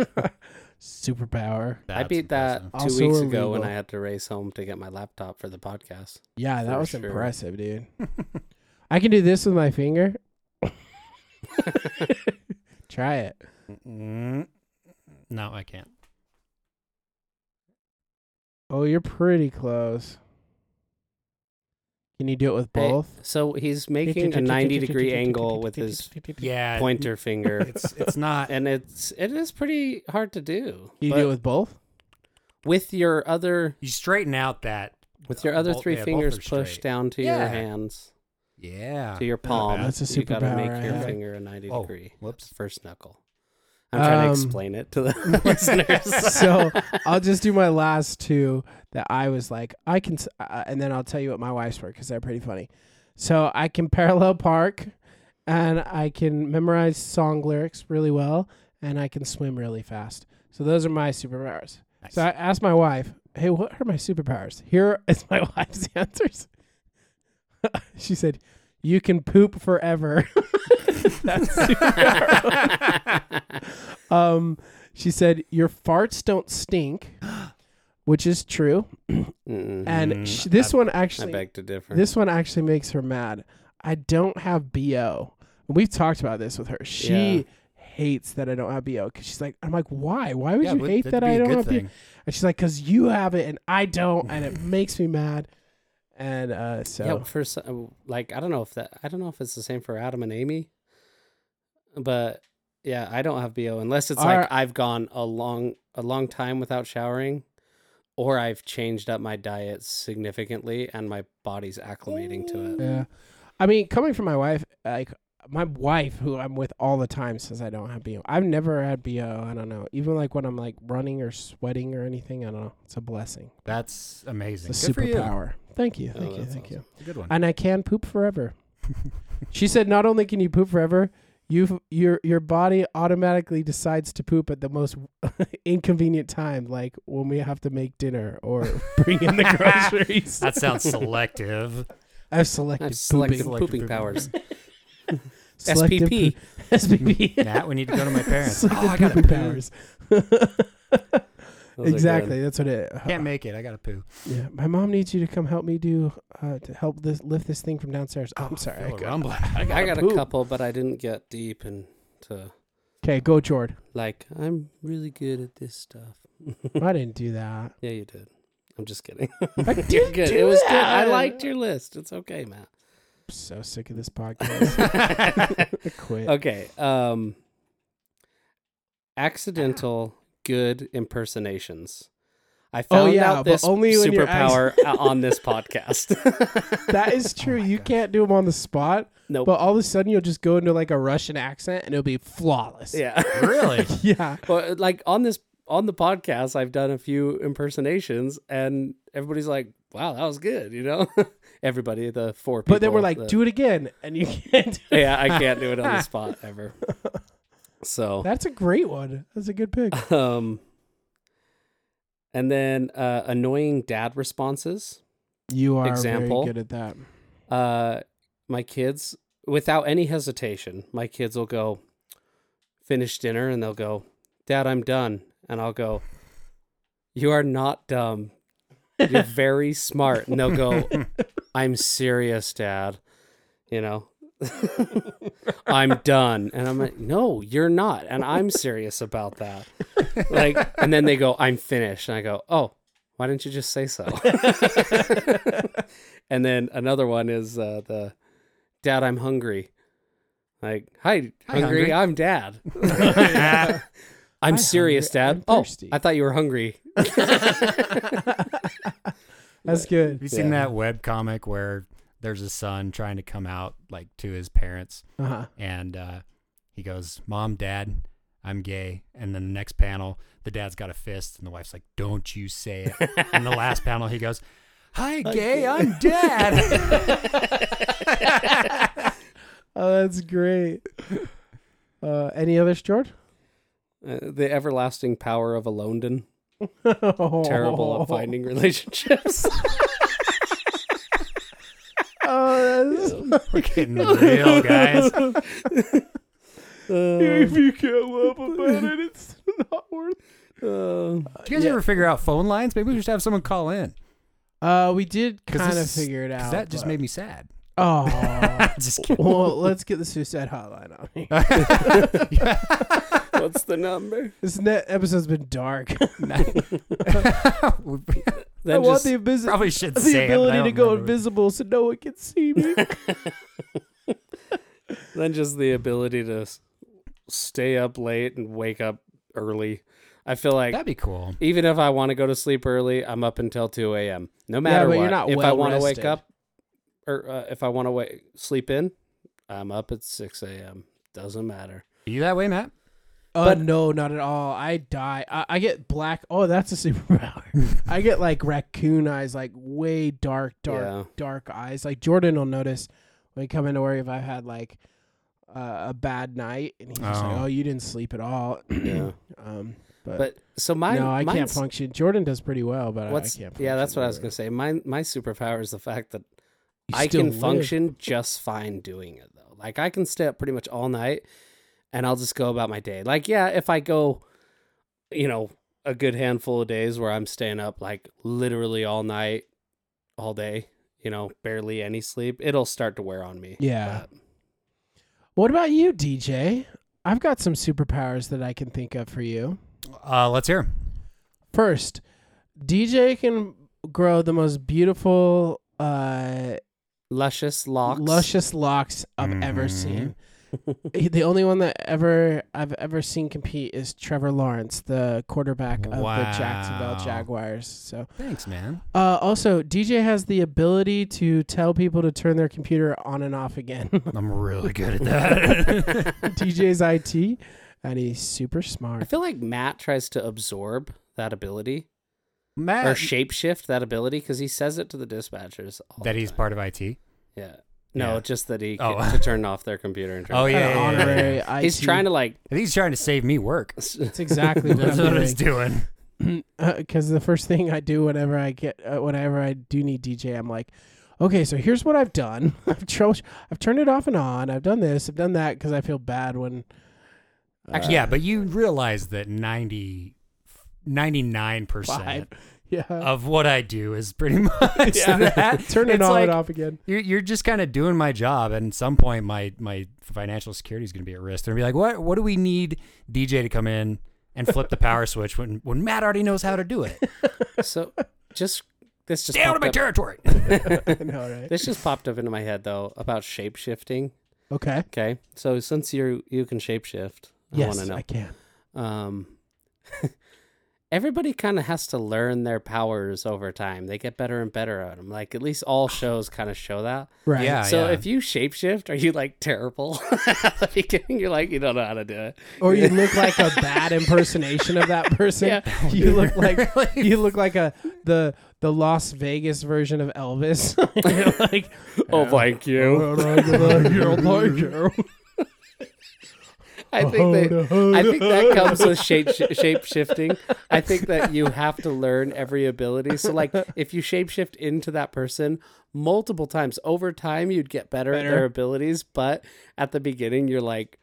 S2: Superpower.
S3: I beat that
S4: That's
S3: two
S2: impressive.
S3: weeks
S2: Also
S3: ago when
S2: illegal.
S3: I had to race home to get my laptop for the podcast.
S2: Yeah, that
S3: For
S2: was
S3: sure.
S2: impressive, dude.
S4: impressive.
S2: I can do this with my finger. Try it.
S3: Mm-hmm.
S4: Mm, No, I can't.
S2: Oh, you're pretty close. Can you do it with
S3: Hey,
S2: both?
S3: so he's making a 90 degree angle with his
S4: Yeah,
S3: pointer finger.
S4: It's it's not.
S3: and it's it is pretty hard to do.
S2: Can you
S3: but
S2: do it with both?
S3: with your other
S4: You straighten out that uh,
S3: with
S2: Uh,
S3: your other
S4: Both-
S3: three
S4: yeah, both
S3: fingers
S4: are
S3: pushed
S4: straight.
S3: down to your
S4: Yeah.
S3: hands
S4: Yeah.
S3: to your palm.
S2: Uh, That's a
S3: You gotta
S2: superpower
S3: make
S2: I
S3: your
S2: have.
S3: finger a ninety
S4: Oh,
S3: degree.
S4: whoops.
S3: First knuckle. I'm trying to
S2: Um,
S3: explain it to the listeners.
S2: so I'll just do my last two that I was like, I can, s- uh, and then I'll tell you what my wife's were because they're pretty funny. So I can parallel park, and I can memorize song lyrics really well, and I can swim really fast. So those are my superpowers.
S4: Nice.
S2: So I asked my wife, "Hey, what are my superpowers?" Here is my wife's answers. she said, "You can poop forever." That's superpower. um, she said, "Your farts don't stink," which is true.
S3: Mm-mm.
S2: And
S4: Mhm.
S2: sh this one
S3: I
S2: actually,
S3: beg to differ.
S2: this one actually makes her mad. I don't have bo. We've talked about this with her. She
S3: Yeah.
S2: hates that I don't have bo because she's like, I'm like, why? Why would
S4: Yeah,
S2: you
S4: would-
S2: hate
S4: that'd
S2: that I
S4: be a
S2: don't
S4: good
S2: have bo?
S4: thing.
S2: And she's like, "Cause you have it and I don't," and it makes me mad. And uh, so
S3: Yeah, for so- like I don't know if that I don't know if it's the same for Adam and Amy, but yeah, I don't have bo unless it's
S2: Our-
S3: like I've gone a long a long time without showering, or I've changed up my diet significantly and my body's acclimating to it.
S2: yeah, I mean, coming from my wife, like my wife who I'm with all the time says I don't have bo. I've never had bo. I don't know. Even like when I'm like running or sweating or anything, I don't know. It's a blessing.
S4: That's amazing.
S2: It's a
S4: Good for you.
S2: superpower. Thank you,
S3: Oh,
S2: thank you,
S3: that's
S2: thank you.
S4: Good one.
S2: And I can poop forever. she said, not only can you poop forever. You your your body automatically decides to poop at the most inconvenient time, like when we have to make dinner or bring in the groceries.
S4: that sounds selective.
S2: I've selected
S3: I've selected
S2: pooping.
S4: Selective
S3: pooping
S4: pooping.
S3: powers.
S2: Selective
S3: SPP.
S2: poo- SPP.
S3: Oh,
S4: Matt, we need to go to my parents.
S2: Selective
S4: oh, I got
S2: pooping powers.
S3: Those are good.
S2: exactly. That's what it.
S4: Can't make it. I gotta poo.
S2: Yeah, my mom needs you to come help me do uh, to help this lift this thing from downstairs. Oh,
S3: Oh,
S2: I'm sorry.
S4: I feel a
S2: Okay,
S4: rumbling.
S3: I got,
S2: poop.
S3: a couple, but I didn't get deep into
S2: go, Jord.
S3: like I'm really good at this stuff.
S2: I didn't do that.
S3: yeah, you did. I'm just kidding.
S2: I
S3: You're
S2: did
S3: good.
S2: do
S3: It was good.
S2: that.
S3: I liked your list. It's okay, Matt.
S2: I'm so sick of this podcast. I quit.
S3: okay. Um accidental good impersonations. I found
S2: Oh, yeah,
S3: out
S2: but
S3: this
S2: only when you're
S3: superpower on this podcast.
S2: That is true. you can't do them on the spot,
S3: nope.
S2: but all of a sudden you'll just go into like a Russian accent and it'll be flawless.
S3: yeah.
S4: really?
S2: Yeah.
S3: Well, uh, like on this on the podcast, I've done a few impersonations, and everybody's like, "Wow, that was good," you know. Everybody, the four people,
S2: But then we're like,
S3: the-
S2: do it again, and you can't. Do
S3: yeah, I can't do it on the spot ever." So,
S2: That's a great one. That's a good pick.
S3: um, and then uh, annoying dad responses.
S2: You are
S3: Example.
S2: very good at that.
S3: Uh, my kids, without any hesitation, my kids will go finish dinner, and they'll go, "Dad, I'm done," and I'll go, "You are not dumb." You're very smart. And they'll go, I'm serious, Dad. You know, I'm done. And I'm like, no, you're not. And I'm serious about that. Like, and then they go, I'm finished. And I go, oh, why didn't you just say so? and then another one is uh, the Dad, I'm hungry. Like, hi,
S4: Hi,
S3: hungry.
S4: hungry.
S3: I'm Dad. I'm serious,
S2: hungry. I'm
S3: Dad. oh,
S2: thirsty.
S3: I thought you were hungry.
S2: That's good.
S4: Have you seen
S3: Yeah.
S4: that web comic where there's a son trying to come out like to his parents
S2: Uh-huh.
S4: and uh, he goes, "Mom, Dad, I'm gay." And then the next panel, the dad's got a fist, and the wife's like, "Don't you say it." and the last panel, he goes, "Hi, gay, I'm Dad."
S2: Oh, that's great. Uh, any others, George?
S3: Uh, the everlasting power of a London. Terrible at finding relationships.
S2: Oh, that's
S4: We're getting real, guys.
S3: Uh,
S2: if you can't love about it, it's not worth.
S3: Um,
S4: Do you guys
S2: Yeah.
S4: ever figure out phone lines? Maybe we should have someone call in.
S2: Uh, we did
S4: 'Cause
S2: kind of
S4: this-
S2: figure it
S4: 'cause
S2: out.
S4: that just
S2: but-
S4: made me sad.
S2: Oh,
S4: just kidding.
S2: well, let's get the suicide hotline on. here.
S3: what's the number?
S2: This net episode's been dark.
S4: we
S2: I
S3: Then
S2: want
S3: just,
S2: the, invis-
S4: probably should say
S2: the
S4: it, but I
S2: ability to
S4: don't
S2: go
S4: remember.
S2: invisible so no one can see me.
S3: then just the ability to s- stay up late and wake up early. I feel like
S4: That'd be cool.
S3: even if I want to go to sleep early, I'm up until 2 a.m. No matter
S2: but
S3: what.
S2: you're not
S3: if I
S2: well
S3: want to wake
S2: rested.
S3: up or uh, if I want to wa- sleep in, I'm up at 6 a.m. Doesn't matter.
S4: Are you that way, Matt?
S2: Oh
S3: But-
S2: no, not at all. I die. I, I get black. Oh, that's a superpower. I get like raccoon eyes, like way dark, dark,
S3: Yeah.
S2: dark eyes. Like Jordan will notice when he come into work if I've had like uh, a bad night, and he's just like,
S4: Oh.
S2: "Oh, you didn't sleep at all."
S3: Yeah.
S2: um, but,
S3: But so my
S2: no, I can't
S3: mine's-
S2: function. Jordan does pretty well, but I-
S3: What's
S2: I can't.
S3: yeah? That's
S2: function
S3: what I was
S2: very
S3: gonna say. My my superpower is the fact that
S2: well. You
S3: I
S2: still
S3: can
S2: live.
S3: function just fine doing it though. Like I can stay up pretty much all night, and I'll just go about my day. Like yeah, if I go, you know, a good handful of days where I'm staying up like literally all night, all day, you know, barely any sleep, it'll start to wear on me.
S2: Yeah.
S3: But
S2: What about you, DJ? I've got some superpowers that I can think of for you.
S4: Uh, let's hear. 'em.
S2: First, DJ can grow the most beautiful, uh,
S3: luscious locks.
S2: luscious locks I've ever
S4: Mhm.
S2: seen. He- the only one that ever I've ever seen compete is Trevor Lawrence, the quarterback of the Jacksonville
S4: Wow.
S2: Jaguars. So,
S4: Thanks, man.
S2: uh, also DJ has the ability to tell people to turn their computer on and off again.
S4: I'm really good at that.
S2: DJ's IT, and he's super
S3: I
S2: smart.
S3: feel like Matt tries to absorb that ability
S4: Matt,
S2: Uh,
S3: or shapeshift that ability because he says it to the dispatchers. all
S4: that
S3: the
S4: he's
S3: time.
S4: part of IT.
S3: Yeah. No,
S4: Yeah.
S3: just that he
S4: Oh.
S3: could- to turn off their computer and turn.
S4: Oh
S3: it
S4: yeah,
S2: An
S4: yeah, yeah,
S2: honorary
S4: yeah.
S2: IT.
S3: He's trying to like.
S4: I think he's trying to save me work.
S2: That's exactly what I'm
S4: That's what
S2: doing.
S4: he's doing.
S2: because the first thing I do whenever I get uh, whenever I do need DJ, I'm like, okay, so here's what I've done. I've tro- I've turned it off and on. I've done this. I've done that because I feel bad when. Uh,
S4: Actually, yeah, but you realize that ninety 99%
S2: Five. Yeah.
S4: of what I do is pretty much
S2: Yeah.
S4: that.
S2: Turn it
S4: Oh, It's
S2: on
S4: like,
S2: and off again.
S4: You're, you're just kind of doing my job, and at some point, my my financial security is going to be at risk. They're going to be like, "What? What do we need DJ to come in and flip the power switch when when Matt already knows how to do it?
S3: So just this just
S4: Stay out
S3: popped
S4: of my
S3: up-
S4: territory."
S2: I know, right?
S3: This just popped up into my head though about shape shifting.
S2: Okay.
S3: Okay, so since you you can shapeshift, I
S2: Yes,
S3: want to
S2: I,
S3: know.
S2: can.
S3: Um, everybody kind of has to learn their powers over time. They get better and better at them. Like at least all shows kind of show that.
S2: Right.
S4: Yeah,
S3: so
S4: Oh, yeah.
S3: if you shapeshift, are you like terrible at the beginning? You're like you don't know how to do it.
S2: Or you look like a bad impersonation of that person.
S3: Yeah.
S2: You look like
S4: Really?
S2: you look like a the the Las Vegas version of Elvis. You're like
S3: Oh, thank you. I think that I think that comes with shape shape shifting. I think that you have to learn every ability. So like if you shapeshift into that person multiple times over time you'd get better, at
S2: Better.
S3: their abilities, but at the beginning you're like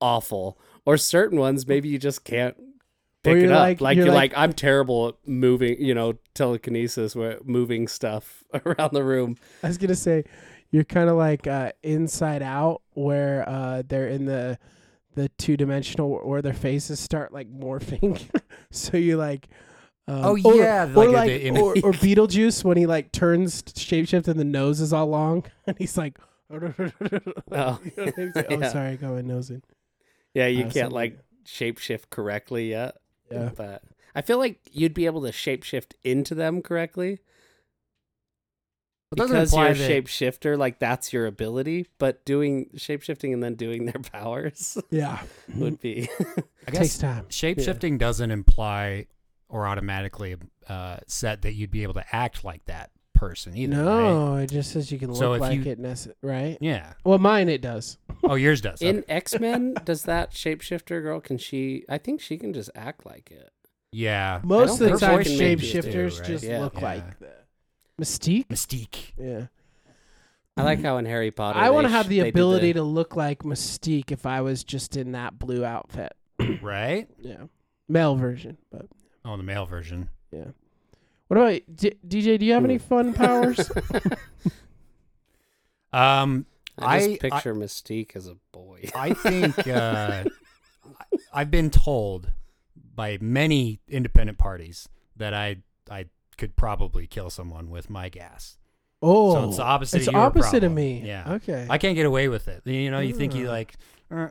S3: awful. Or certain ones maybe you just can't pick
S2: you're
S3: it up.
S2: like-
S3: Like,
S2: you're
S3: you're
S2: like-
S3: like, I'm terrible at moving, you know, telekinesis where moving stuff around the room.
S2: I was gonna say you're kind of like uh, Inside Out, where uh, they're in the the two dimensional where their faces start like morphing. so you like. Um,
S4: Oh,
S2: or-
S4: yeah,
S2: or
S4: like a-
S2: like,
S4: the in-
S2: or, or Beetlejuice when he like turns shapeshift and the nose is all long and he's like,
S3: Oh.
S2: You know what I'm saying? oh,
S3: Yeah.
S2: sorry, I got my nose in.
S3: Yeah, you
S2: Uh,
S3: can't
S2: something-
S3: like shapeshift correctly yet.
S2: Yeah.
S3: But I feel like you'd be able to shapeshift into them correctly
S4: It doesn't
S3: because you're
S4: imply
S3: a
S4: that-
S3: shapeshifter. Like that's your ability, but doing shapeshifting and then doing their powers
S2: Yeah,
S3: would be.
S4: I
S2: takes
S4: guess
S2: time.
S4: shape shifting doesn't imply or automatically uh, set that you'd be able to act like that person either. right?
S2: No, it just says you can
S4: So
S2: look
S4: if
S2: like
S4: you-
S2: it, nece- right?
S4: Yeah.
S2: Well, mine it does.
S4: Oh, yours does.
S3: In
S4: Okay.
S3: X Men, does that shapeshifter girl? Can she? I think she can just act like it.
S4: Yeah.
S2: Most of
S3: don't
S2: the
S3: think
S2: time,
S3: she can make it
S2: shapeshifters
S4: too, right?
S2: just
S3: Yeah.
S2: look
S4: Yeah.
S2: like the Mystique.
S4: Mystique.
S2: Yeah,
S3: I like how in Harry Potter,
S2: Mm-hmm. I
S3: Oh, they
S2: want to
S3: sh-
S2: have the
S3: they did
S2: ability to look like Mystique if I was just in that blue outfit.
S4: Right?
S2: Yeah, male version. But
S4: Oh, the male version.
S2: what about D- DJ? Do you have any fun powers?
S4: Um,
S3: I just
S4: I- I-
S3: picture Mystique as a boy.
S4: I think uh, I- I've been told by many independent parties that I I could probably kill someone with my gas.
S2: oh,
S4: so it's the opposite.
S2: It's
S4: of your
S2: opposite
S4: problem.
S2: of me.
S4: Yeah.
S2: Okay.
S4: I can't get away with it. You know, you think you
S2: Mm.
S4: like. "Eh."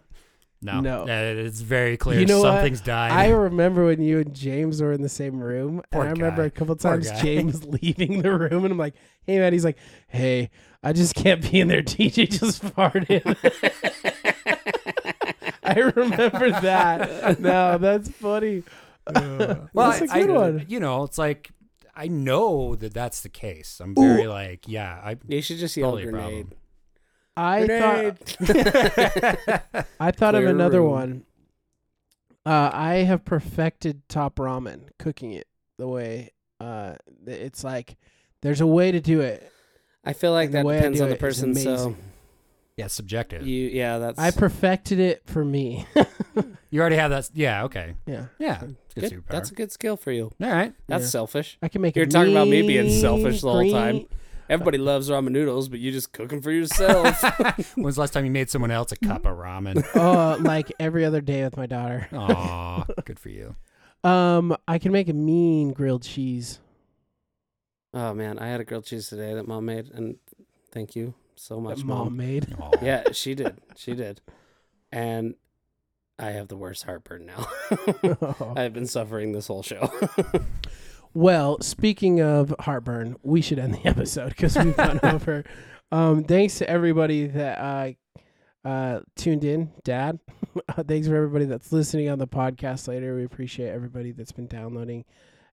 S4: no,
S2: No.
S4: Uh, It's very clear.
S2: You know what?
S4: something's
S2: I
S4: died.
S2: remember when you and James were in the same room,
S4: Poor
S2: and I remember
S4: guy.
S2: a couple
S4: Poor
S2: times
S4: guy.
S2: James leaving the room, and I'm like, "Hey, man," he's like, "Hey, I just can't be in there. DJ just farted." I remember that. No, that's funny.
S4: well,
S2: that's a
S4: I-
S2: good
S4: I-
S2: one.
S4: You know, it's like I know that that's the case. I'm very like, yeah, I
S3: you should just yell
S4: totally a
S3: grenade.
S4: problem.
S2: I thought I thought of
S3: Clear
S2: another
S3: room.
S2: one. Uh, I have perfected top ramen, cooking it the way uh, th- it's like. There's a way to do it.
S3: I feel like
S2: And the
S3: that
S2: way I
S3: depends
S2: do
S3: on the
S2: it is
S3: person. So
S2: amazing.
S4: Yeah, subjective. You,
S3: you, yeah, that's
S2: I perfected it for me.
S4: already have that. Yeah, okay.
S2: yeah,
S4: Yeah, it's a good,
S3: good.
S4: superpower.
S3: That's a good skill for you.
S4: All right.
S3: That's
S2: Yeah.
S3: selfish.
S2: I can make.
S3: You're
S2: a
S3: talking about me being
S2: mean
S3: selfish the whole time.
S2: green-
S3: Everybody loves ramen noodles, but you just cook them for yourself.
S4: When's the last time you made someone else a cup of ramen?
S2: Oh, like every other day with my daughter.
S4: Aw, good for you.
S2: Um, I can make a mean grilled cheese.
S3: oh man, I had a grilled cheese today that mom made, and thank you so much,
S2: that
S3: mom.
S2: mom made.
S4: Aw.
S3: Yeah, she did. She did. And I have the worst heartburn now. I've been suffering this whole show.
S2: Well, speaking of heartburn, we should end the episode because we've gone over. Um, thanks to everybody that uh, uh, tuned in, Dad. Uh, thanks for everybody that's listening on the podcast later. We appreciate everybody that's been downloading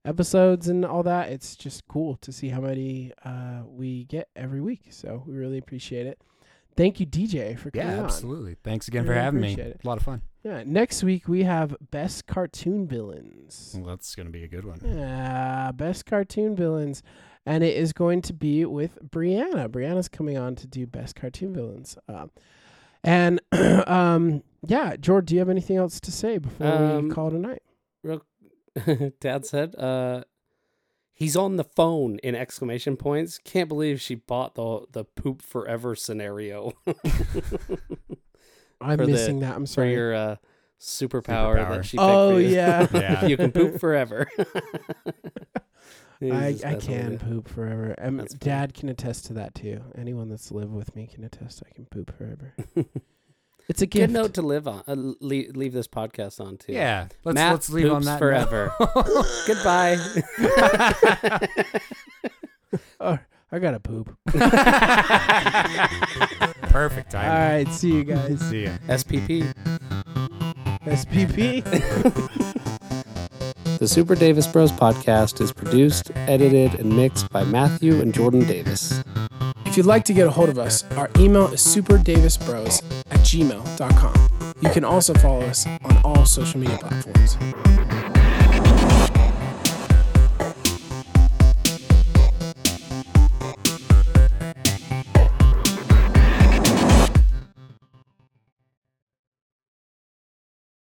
S2: episodes and all that. It's just cool to see how many uh, we get every week. So we really appreciate it. Thank you, DJ, for coming
S4: Yeah,
S2: on.
S4: absolutely. Thanks again for
S2: Really
S4: having me.
S2: appreciate it.
S4: A lot of fun.
S2: Yeah, next week we have best cartoon villains.
S4: Well, that's going to be a good one.
S2: Ah, best cartoon villains. And it is going to be with Brianna. Brianna's coming on to do best cartoon villains. Um, and um, yeah, George, do you have anything else to say before we
S3: Um,
S2: call it a night?
S3: Real Dad said, uh, he's on the phone in exclamation points. Can't believe she bought the the poop forever scenario
S2: I'm
S3: For the-
S2: missing that. I'm
S3: for
S2: sorry.
S3: your uh, superpower,
S4: Superpower.
S3: that she picked
S2: oh
S3: for you.
S2: yeah,
S4: Yeah.
S3: you can poop forever.
S2: I,
S3: Jesus,
S2: I
S3: that's
S2: can
S3: hilarious.
S2: poop forever. Um,
S3: That's funny.
S2: Dad can attest to that too. Anyone that's lived with me can attest I can poop forever. it's a gift.
S3: Good note to live on. Uh, leave, leave this podcast on too.
S4: Yeah. Let's
S3: Matt
S4: let's leave on
S3: poops
S4: that note.
S3: forever. Goodbye.
S2: oh, I gotta poop.
S4: Perfect
S2: All
S4: timing.
S2: right, see you guys.
S4: See ya.
S3: SPP.
S2: SPP.
S3: The Super Davis Bros podcast is produced, edited, and mixed by Matthew and Jordan Davis.
S2: If you'd like to get a hold of us, our email is superdavisbros at gmail.com. You can also follow us on all social media platforms.